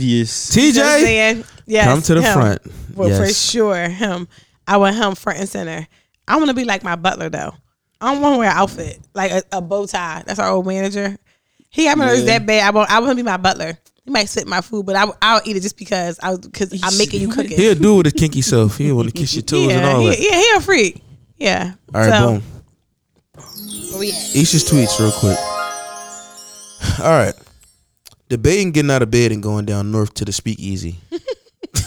Speaker 1: devious.
Speaker 2: You know what I'm
Speaker 3: TJ,
Speaker 2: saying? Yes,
Speaker 3: come to the
Speaker 2: him.
Speaker 3: front.
Speaker 2: Well, for
Speaker 3: yes.
Speaker 2: sure, him. I want him front and center. I want to be like my butler though. I don't want to wear an outfit like a, a bow tie. That's our old manager. He got my nerves
Speaker 1: Yeah.
Speaker 2: that bad. I want I want to be my butler. He might sit my food, but I I'll eat it just because I because I'm making you cook it.
Speaker 3: He'll do it with his kinky self. He'll want to kiss your toes and
Speaker 2: yeah,
Speaker 3: all
Speaker 2: he,
Speaker 3: that.
Speaker 2: Yeah, he a freak. Yeah.
Speaker 3: All right, boom.
Speaker 2: boom.
Speaker 3: Isha's tweets real quick. All right. Debating getting out of bed and going down north to the speakeasy.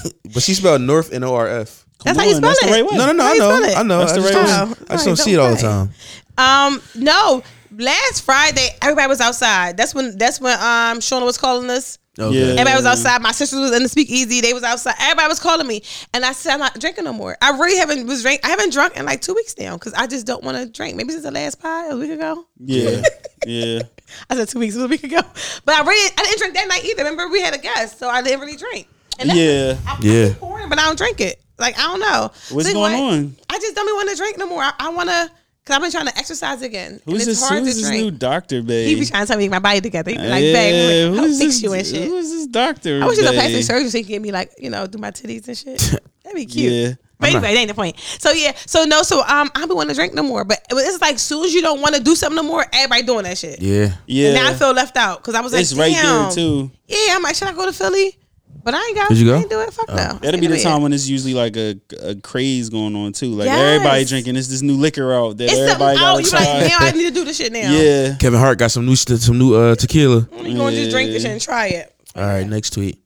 Speaker 3: but she spelled north N O R F.
Speaker 2: That's
Speaker 1: Come
Speaker 2: how you
Speaker 1: on,
Speaker 2: spell
Speaker 1: that's
Speaker 2: it.
Speaker 1: the right way.
Speaker 3: No, no, no,
Speaker 2: How
Speaker 3: I
Speaker 2: you spell
Speaker 3: know.
Speaker 2: it?
Speaker 3: I know.
Speaker 1: That's
Speaker 3: I
Speaker 1: the
Speaker 3: just,
Speaker 1: right
Speaker 3: don't,
Speaker 2: way.
Speaker 3: I just
Speaker 2: No,
Speaker 3: don't see it all the
Speaker 2: don't
Speaker 3: time.
Speaker 2: Um, no. Last Friday, everybody was outside. That's when that's when um Shona was calling us.
Speaker 3: Okay.
Speaker 1: Yeah.
Speaker 2: Everybody was outside. My sisters was in the speakeasy. They was outside. Everybody was calling me, and I said I'm not drinking no more. I really haven't was drink. I haven't drunk in like two weeks now because I just don't want to drink. Maybe since the last pod a week ago.
Speaker 1: Yeah. Yeah.
Speaker 2: I said two weeks it was a week ago, but I really I didn't drink that night either. Remember we had a guest, so I didn't really drink. And that's-
Speaker 1: Yeah.
Speaker 2: I,
Speaker 3: Yeah.
Speaker 2: I keep pouring, but I don't drink it. Like I don't know.
Speaker 1: What's
Speaker 2: So
Speaker 1: going
Speaker 2: anyway,
Speaker 1: on?
Speaker 2: I just don't want to drink no more. I, I want to because I've been trying to exercise again. and
Speaker 1: Who's
Speaker 2: it's
Speaker 1: this?
Speaker 2: hard
Speaker 1: Who's
Speaker 2: to
Speaker 1: this
Speaker 2: drink.
Speaker 1: new doctor, babe?
Speaker 2: He be trying to tell me my body together. He be like,
Speaker 1: Yeah,
Speaker 2: babe, how
Speaker 1: who's
Speaker 2: fix
Speaker 1: this,
Speaker 2: you and shit.
Speaker 1: Who's this doctor?
Speaker 2: I wish you was a
Speaker 1: babe?
Speaker 2: plastic surgeon so he can get me like you know do my titties and shit. That'd be cute.
Speaker 1: Yeah.
Speaker 2: But
Speaker 3: I'm not-
Speaker 2: anyway, that ain't the point. So yeah, so no, so um, I don't want to drink no more. But it's like, soon as you don't want to do something no more, everybody doing that shit.
Speaker 3: Yeah.
Speaker 1: Yeah,
Speaker 2: And now I feel left out because I was like,
Speaker 1: it's right
Speaker 2: damn.
Speaker 1: there too.
Speaker 2: Yeah, I'm like, should I go to Philly? But I ain't got.
Speaker 3: Did you go?
Speaker 2: I ain't do it. Fuck no.
Speaker 1: That'll be the time when it's usually like a, a craze going on too. Like
Speaker 2: Yes.
Speaker 1: everybody drinking. It's this new liquor out that
Speaker 2: It's
Speaker 1: everybody
Speaker 2: something
Speaker 1: got
Speaker 2: out. You like,
Speaker 1: excited.
Speaker 2: now I need to do this shit now.
Speaker 1: Yeah,
Speaker 3: Kevin Hart got some new st- some new uh tequila.
Speaker 2: You gonna just drink this shit and try it?
Speaker 3: All right, next tweet.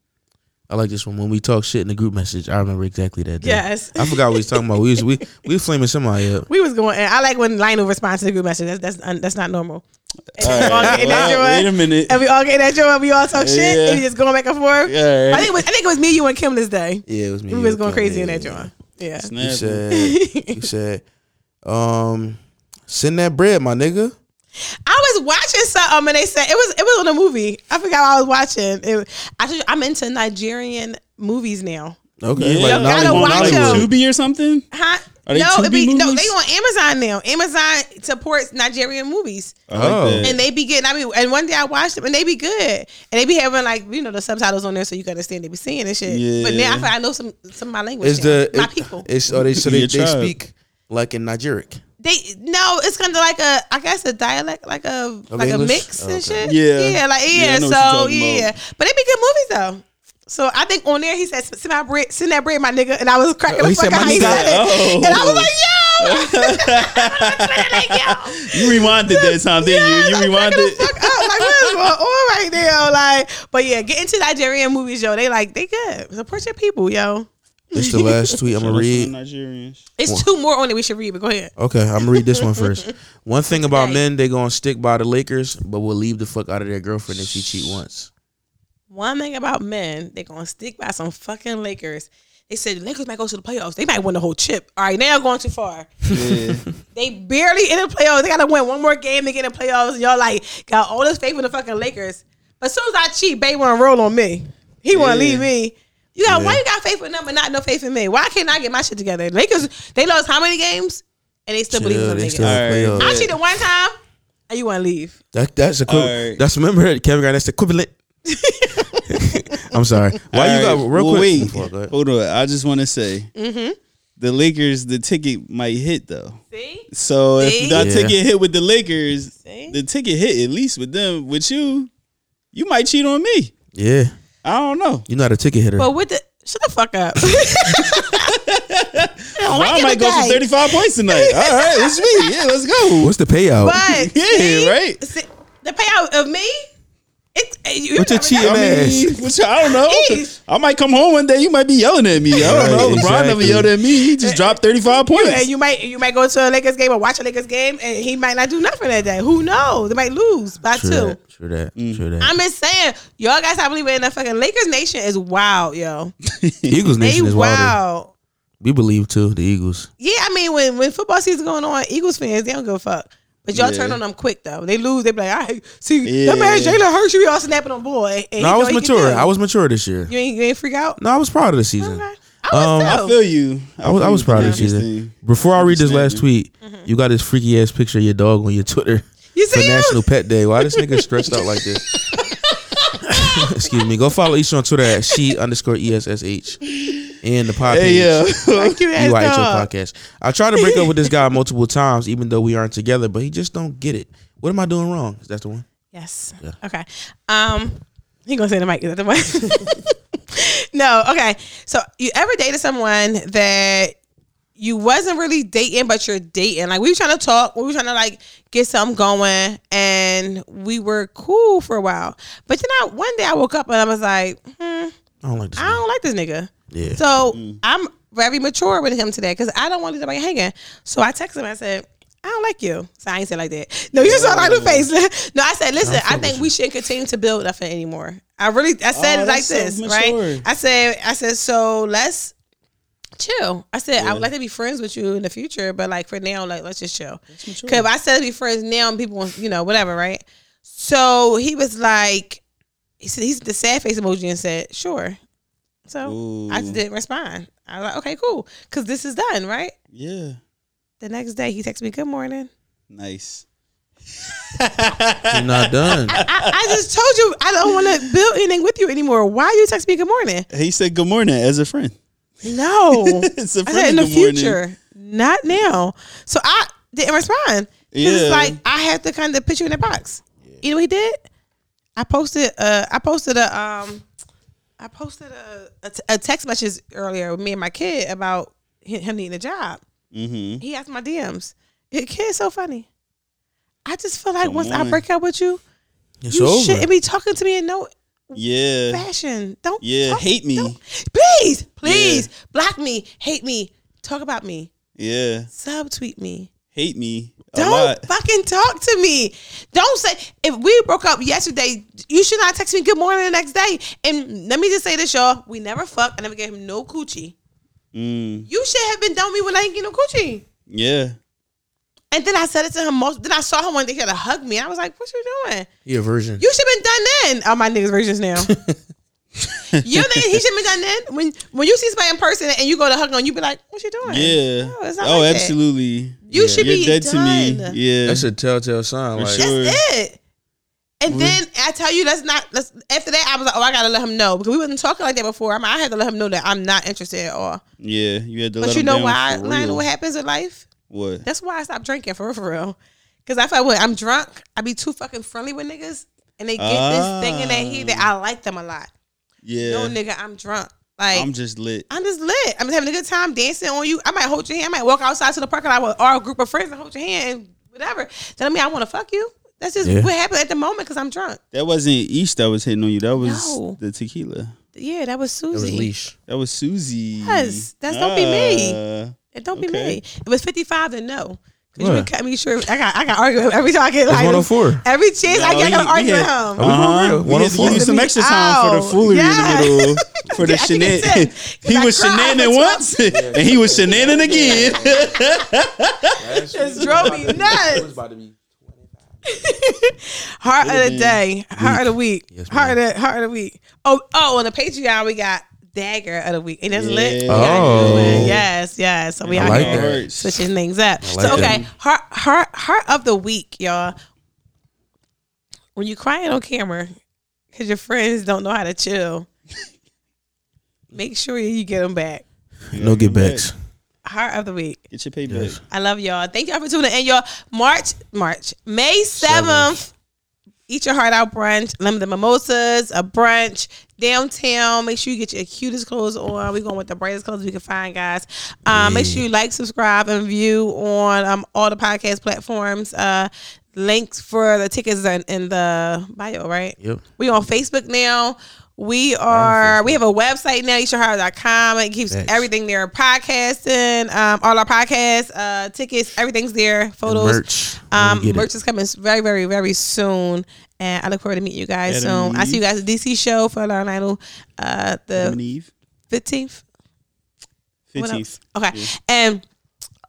Speaker 3: I like this one. When we talk shit in the group message, I remember exactly that. Day.
Speaker 2: Yes.
Speaker 3: I forgot what we was talking about. We was we we flaming somebody up.
Speaker 2: We was going. And I like when Lionel responds to the group message. That's that's un, that's not normal. And, we all
Speaker 1: Alright,
Speaker 2: getting that
Speaker 1: well,
Speaker 2: joy,
Speaker 1: wait a minute.
Speaker 2: and we all getting that joy. and We all talk shit.
Speaker 1: Yeah.
Speaker 2: And we just going back and forth.
Speaker 1: Yeah.
Speaker 2: I think it was, I think it was me, you, and Kim this day.
Speaker 3: Yeah, it was me.
Speaker 2: We
Speaker 3: Yeah,
Speaker 2: was going
Speaker 3: okay,
Speaker 2: crazy in
Speaker 3: yeah,
Speaker 2: that
Speaker 3: yeah.
Speaker 2: joint. Yeah.
Speaker 3: You
Speaker 1: Snap.
Speaker 3: said you said um send that bread, my nigga.
Speaker 2: I was watching something and they said it was it was on a movie. I forgot what I was watching. It, I just, I'm into Nigerian movies now.
Speaker 3: Okay,
Speaker 2: Y'all gotta
Speaker 3: Nollywood,
Speaker 2: watch 'em.
Speaker 3: Nollywood.
Speaker 1: Tubi or something.
Speaker 2: Huh?
Speaker 1: Are they
Speaker 2: no,
Speaker 1: Tubi
Speaker 2: it be, no,
Speaker 1: movies?
Speaker 2: they on Amazon now. Amazon supports Nigerian movies,
Speaker 1: I like
Speaker 3: Oh.
Speaker 1: that.
Speaker 2: and they be getting. I mean, and one day I watched them, and they be good, and they be having like you know the subtitles on there, so you can understand they be seeing and shit. But now I
Speaker 1: Yeah.
Speaker 2: feel I know some some of my language.
Speaker 3: Is
Speaker 2: now.
Speaker 3: the
Speaker 2: my
Speaker 3: it-
Speaker 2: people?
Speaker 3: It's oh, they so they,
Speaker 1: Your
Speaker 3: they
Speaker 1: tribe.
Speaker 3: speak like in Nigeric.
Speaker 2: They no, it's kind of like a I guess a dialect, like a like a
Speaker 3: English?
Speaker 2: mix
Speaker 3: Okay.
Speaker 2: and shit.
Speaker 1: Yeah.
Speaker 2: yeah, like
Speaker 1: Yeah,
Speaker 2: yeah.
Speaker 1: I know what
Speaker 2: so
Speaker 1: you're talking
Speaker 2: yeah,
Speaker 1: about.
Speaker 2: but they be good movies though. So I think on there he said send my bread, send that bread, my nigga, and I was cracking
Speaker 3: Oh,
Speaker 2: the
Speaker 3: he
Speaker 2: fuck
Speaker 3: said,
Speaker 2: out.
Speaker 3: "My
Speaker 2: He
Speaker 3: nigga." Oh.
Speaker 2: said it.
Speaker 1: Oh.
Speaker 2: and I was like, yo, like, yo.
Speaker 1: You rewinded that time, didn't
Speaker 2: Yes,
Speaker 1: you?
Speaker 2: I'm
Speaker 1: You
Speaker 2: cracking the
Speaker 1: rewinded.
Speaker 2: fuck up. Like, what is going on right now? Like, but yeah, get into Nigerian movies, yo. They like they good. Support your people, yo.
Speaker 3: It's the last tweet I'm gonna read.
Speaker 1: Nigerians.
Speaker 2: It's two more on it we should read, but go ahead.
Speaker 3: Okay, I'm gonna read this one first. One thing about
Speaker 2: Right.
Speaker 3: men, they gonna stick by the Lakers, but will leave the fuck out of their girlfriend if she cheat once.
Speaker 2: One thing about men, they're gonna stick by some fucking Lakers. They said the Lakers might go to the playoffs. They might win the whole chip. All right, now you're going too far. they barely in the playoffs. They gotta win one more game to get in the playoffs. And y'all like got all this faith in the fucking Lakers. But as soon as I cheat, Bay wanna roll on me. He wanna leave me. You got why you got faith in them but not no faith in me? Why can't I get my shit together? Lakers, they lost how many games? And they still believe in
Speaker 3: Yeah,
Speaker 2: them
Speaker 3: they
Speaker 2: niggas.
Speaker 3: still
Speaker 1: All
Speaker 3: play
Speaker 1: right.
Speaker 3: up.
Speaker 2: I cheated one time and you wanna leave.
Speaker 3: That that's equivalent.
Speaker 1: Alright.
Speaker 3: That's remember Kevin Garnett. That's equivalent. I'm sorry. Why you
Speaker 1: All
Speaker 3: got
Speaker 1: right,
Speaker 3: real
Speaker 1: well,
Speaker 3: quick?
Speaker 1: Wait,
Speaker 3: Before I go ahead.
Speaker 1: hold on. I just want to say
Speaker 2: Mm-hmm.
Speaker 1: the Lakers, the ticket might hit though.
Speaker 2: See?
Speaker 1: So
Speaker 2: See?
Speaker 1: if that
Speaker 3: Yeah.
Speaker 1: ticket hit with the Lakers,
Speaker 2: See?
Speaker 1: the ticket hit at least with them. With you, you might cheat on me.
Speaker 3: Yeah,
Speaker 1: I don't know.
Speaker 3: you're not a ticket hitter.
Speaker 2: But with the shut the fuck up.
Speaker 1: Well, I might go for 35 points tonight. All right, let's me. Yeah, let's go.
Speaker 3: What's the payout?
Speaker 2: But
Speaker 1: Yeah,
Speaker 2: see,
Speaker 1: right?
Speaker 2: see, the payout of me, it's you
Speaker 3: What
Speaker 2: never
Speaker 3: you
Speaker 2: know.
Speaker 3: cheating at?
Speaker 1: I mean, which, I don't know.
Speaker 2: Jeez.
Speaker 1: I might come home one day. You might be yelling at me. I don't
Speaker 3: Right,
Speaker 1: know. LeBron never
Speaker 3: exactly.
Speaker 1: yelled at me. He just dropped 35 points.
Speaker 2: And you might you might go to a Lakers game or watch a Lakers game, and he might not do nothing that day. Who knows? They might lose by
Speaker 3: true
Speaker 2: two.
Speaker 3: that. True that.
Speaker 1: Mm.
Speaker 3: True that.
Speaker 2: I'm just saying, y'all guys I believe in the fucking Lakers nation is wild, yo.
Speaker 3: Eagles
Speaker 2: They
Speaker 3: Nation is wilder.
Speaker 2: wild.
Speaker 3: We believe too. The Eagles.
Speaker 2: Yeah, I mean when when football season going on, Eagles fans they don't give a fuck. But y'all
Speaker 1: Yeah.
Speaker 2: turn on them quick though. They lose, they be like, all right, see
Speaker 1: Yeah.
Speaker 2: that man Jalen Hurts, you be all snapping on boy. And he
Speaker 3: No, I
Speaker 2: know
Speaker 3: was
Speaker 2: he can
Speaker 3: mature.
Speaker 2: do it.
Speaker 3: I was mature this year.
Speaker 2: You ain't, you ain't freak out?
Speaker 3: No, I was proud of the season.
Speaker 2: Okay. I was
Speaker 3: Um,
Speaker 1: I feel you.
Speaker 3: I was, I
Speaker 1: feel
Speaker 3: was
Speaker 1: you.
Speaker 3: proud of this
Speaker 1: Interesting.
Speaker 3: season. Before I read this last
Speaker 1: Understanding.
Speaker 3: tweet, you got this freaky ass picture of your dog on your Twitter
Speaker 2: You
Speaker 3: for
Speaker 2: Mm-hmm. see him?
Speaker 3: National Pet Day. Why this nigga stretched out like this? Excuse me. Go follow Isha on Twitter at she underscore E essh and the podcast.
Speaker 1: Hey, yeah.
Speaker 2: Thank you,
Speaker 3: You
Speaker 2: ass
Speaker 3: are at your
Speaker 2: dog.
Speaker 3: podcast. I tried to break up with this guy multiple times, even though we aren't together, but he just don't get it. What am I doing wrong? Is that the one?
Speaker 2: Yes. Okay. Um, he gonna say the mic. Is that the one? no. Okay. So you ever dated someone that you wasn't really dating, but you're dating? Like we were trying to talk, we were trying to like get something going, and we were cool for a while. But then I one day I woke up and I was like, hmm,
Speaker 3: I don't like this.
Speaker 2: I
Speaker 3: one.
Speaker 2: don't like this nigga.
Speaker 3: Yeah.
Speaker 2: So
Speaker 1: Mm.
Speaker 2: I'm very mature with him today because I don't want anybody hanging. So I texted him. I said, I don't like you. So I ain't say it like that. No, you just saw like
Speaker 1: Oh.
Speaker 2: the face. no, I said, listen, I, think we shouldn't continue to build nothing anymore. I really, I said
Speaker 1: Oh,
Speaker 2: it like
Speaker 1: that's so
Speaker 2: this,
Speaker 1: mature.
Speaker 2: right? I said, I said, so let's chill. I said, I would like to be friends with you in the future, but like for now, like let's just chill. Because if I said to be friends now, and people, want- you know, whatever, right? So he was like, he said, he's the sad face emoji and said, sure. So I
Speaker 1: Ooh.
Speaker 2: just didn't respond. I was like, okay, cool, because this is done, right?
Speaker 1: Yeah.
Speaker 2: The next day, he texted me, good morning.
Speaker 1: Nice.
Speaker 2: Ah.
Speaker 3: You're not done.
Speaker 2: I, I just told you I don't want to build anything with you anymore. Why you text me good morning?
Speaker 1: He said good morning as a friend.
Speaker 2: No.
Speaker 1: It's a
Speaker 2: I
Speaker 1: friend
Speaker 2: said in
Speaker 1: in
Speaker 2: the
Speaker 1: the morning.
Speaker 2: future, not now. So I didn't respond. 'Cause
Speaker 1: Yeah.
Speaker 2: It's like I had to kind of put you in a box. You know what he did? I posted uh I posted a um I posted a, a, t- a text message earlier with me and my kid about hi- him needing a job.
Speaker 1: Mm-hmm.
Speaker 2: He asked my DMs. Your kid's so funny. I just feel like
Speaker 1: Come
Speaker 2: once
Speaker 1: on.
Speaker 2: I break up with you,
Speaker 3: It's
Speaker 2: you
Speaker 3: over.
Speaker 2: shouldn't be talking to me in no
Speaker 1: Yeah.
Speaker 2: fashion. Don't
Speaker 1: Yeah.
Speaker 2: talk-
Speaker 1: Hate me.
Speaker 2: don't- please, please block me, hate me, talk about me,
Speaker 1: Yeah.
Speaker 2: subtweet me.
Speaker 1: Hate me. A
Speaker 2: Don't
Speaker 1: lot.
Speaker 2: fucking talk to me. Don't say if we broke up yesterday, you should not text me good morning the next day. And let me just say this, y'all. We never fucked. I never gave him no coochie.
Speaker 1: Mm.
Speaker 2: You should have been done with me when I ain't get no coochie.
Speaker 1: Yeah.
Speaker 2: And then I said it to him most then I saw him one day he had to hug me. I was like, What you doing?
Speaker 3: He a virgin.
Speaker 2: You should have been done then. All my niggas versions now. you nigga, he should have been done then. When when you see somebody in person and you go to hug on, you be like, What you doing?
Speaker 1: Yeah.
Speaker 2: No, it's not
Speaker 1: oh,
Speaker 2: like that.
Speaker 1: absolutely.
Speaker 2: You
Speaker 1: Yeah.
Speaker 2: should
Speaker 1: You're
Speaker 2: be
Speaker 1: dead to
Speaker 2: done.
Speaker 1: me. Yeah.
Speaker 3: That's a telltale sign.
Speaker 1: For
Speaker 3: Like,
Speaker 1: sure.
Speaker 2: That's it. And then I tell you, let's not. Let's after that, I was like, oh, I gotta let him know because we wasn't talking like that before. I, mean, I had to let him know that I'm not interested at all.
Speaker 1: yeah. You had to let
Speaker 2: But you
Speaker 1: them
Speaker 2: know
Speaker 1: down
Speaker 2: why,
Speaker 1: for
Speaker 2: Lionel?
Speaker 1: real.
Speaker 2: What happens in life?
Speaker 1: What?
Speaker 2: That's why I stopped drinking for real, for real. Because I felt when I'm drunk, I be too fucking friendly with niggas, and they get
Speaker 1: Ah.
Speaker 2: this thing in their head that I like them a lot.
Speaker 1: Yeah.
Speaker 2: No nigga, I'm drunk. Like
Speaker 1: I'm just lit.
Speaker 2: I'm just lit. I'm just having a good time dancing on you. I might hold your hand. I might walk outside to the parking lot with our group of friends and hold your hand and whatever. That I mean, I want to fuck you. That's just
Speaker 3: Yeah.
Speaker 2: what happened at the moment because I'm drunk.
Speaker 1: That wasn't East that was hitting on you. That was
Speaker 2: No.
Speaker 1: the tequila.
Speaker 2: Yeah, that was
Speaker 3: It was
Speaker 2: Susie.
Speaker 3: leash.
Speaker 1: That was Susie.
Speaker 2: Yes, that's don't be me.
Speaker 1: Ah.
Speaker 2: It don't be
Speaker 1: Okay.
Speaker 2: me. It was 55 and no. Cause you
Speaker 3: What?
Speaker 2: been cutting me sure. I got I got arguing every time I get like
Speaker 3: 104.
Speaker 2: every chance I
Speaker 1: No,
Speaker 2: get. I
Speaker 1: he-
Speaker 2: gotta
Speaker 1: he
Speaker 2: argue with
Speaker 1: had-
Speaker 2: him.
Speaker 3: real?
Speaker 1: Uh-huh. We had to give
Speaker 3: 104.
Speaker 1: you some extra time for the
Speaker 2: Ow.
Speaker 1: foolery
Speaker 2: Yeah.
Speaker 1: in the middle for the
Speaker 2: Yeah, I think it's
Speaker 1: shenan.
Speaker 2: it. 'Cause
Speaker 1: he
Speaker 2: I
Speaker 1: was
Speaker 2: cried
Speaker 1: shenanin
Speaker 2: for
Speaker 1: once, and he was shenanin again.
Speaker 2: Just drove me nuts. Heart of the day, heart of the week,
Speaker 3: Yes,
Speaker 2: heart of the heart of the week. Oh oh, on the Patreon we got dagger of the week, and that's lit.
Speaker 1: Yeah.
Speaker 2: We got a new one.
Speaker 3: Oh.
Speaker 2: yes, yes. So we
Speaker 3: I
Speaker 2: out
Speaker 3: like
Speaker 2: here
Speaker 3: that.
Speaker 2: switching things up.
Speaker 3: like
Speaker 2: so okay,
Speaker 3: that.
Speaker 2: heart heart heart of the week, y'all. When you crying on camera because your friends don't know how to chill, make sure you get them back.
Speaker 3: No get backs.
Speaker 2: Heart of the week.
Speaker 1: Get your payback.
Speaker 3: Yes.
Speaker 2: I love y'all. Thank y'all for tuning in. Y'all, March, March, May 7th, eat your heart out brunch. Lemon mimosas, a brunch downtown. Make sure you get your cutest clothes on. We're going with the brightest clothes we can find, guys. Um, Make sure you like, subscribe, and view on um, all the podcast platforms. Uh, links for the tickets are in, in the bio, right?
Speaker 3: Yep.
Speaker 2: We on Facebook now. We are we have a website now, eachyourheart.com. It keeps
Speaker 3: Thanks.
Speaker 2: everything there. Podcasting, um, all our podcasts, uh, tickets, everything's there, photos.
Speaker 3: Merch.
Speaker 2: Um
Speaker 3: Get it.
Speaker 2: merch is coming very, very, very soon. And I look forward to meeting you guys
Speaker 1: Adam
Speaker 2: soon. I see
Speaker 1: Eve.
Speaker 2: you guys at DC show for Lauren Idol uh
Speaker 1: Adam and
Speaker 2: the
Speaker 1: Eve.
Speaker 2: fifteenth. What
Speaker 1: Fifteenth.
Speaker 2: else? Okay. And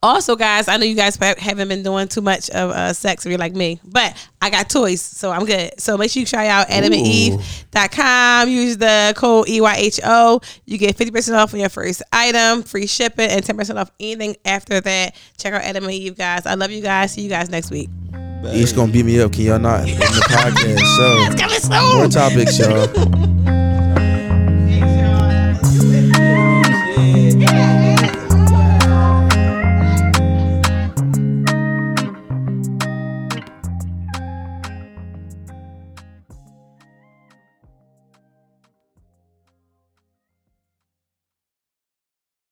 Speaker 2: also, guys, I know you guys prob- haven't been doing too much of uh, sex if you're like me, but I got toys, so I'm good. So make sure you try out adamandeve.com. Use the code E EYHO. You get 50% off on your first item, free shipping, and 10% off anything after that. Check out Adam and Eve, guys. I love you guys. See you guys next week.
Speaker 3: He's gonna beat me up. Can y'all not in the podcast? So
Speaker 2: Coming soon.
Speaker 3: more topics, y'all.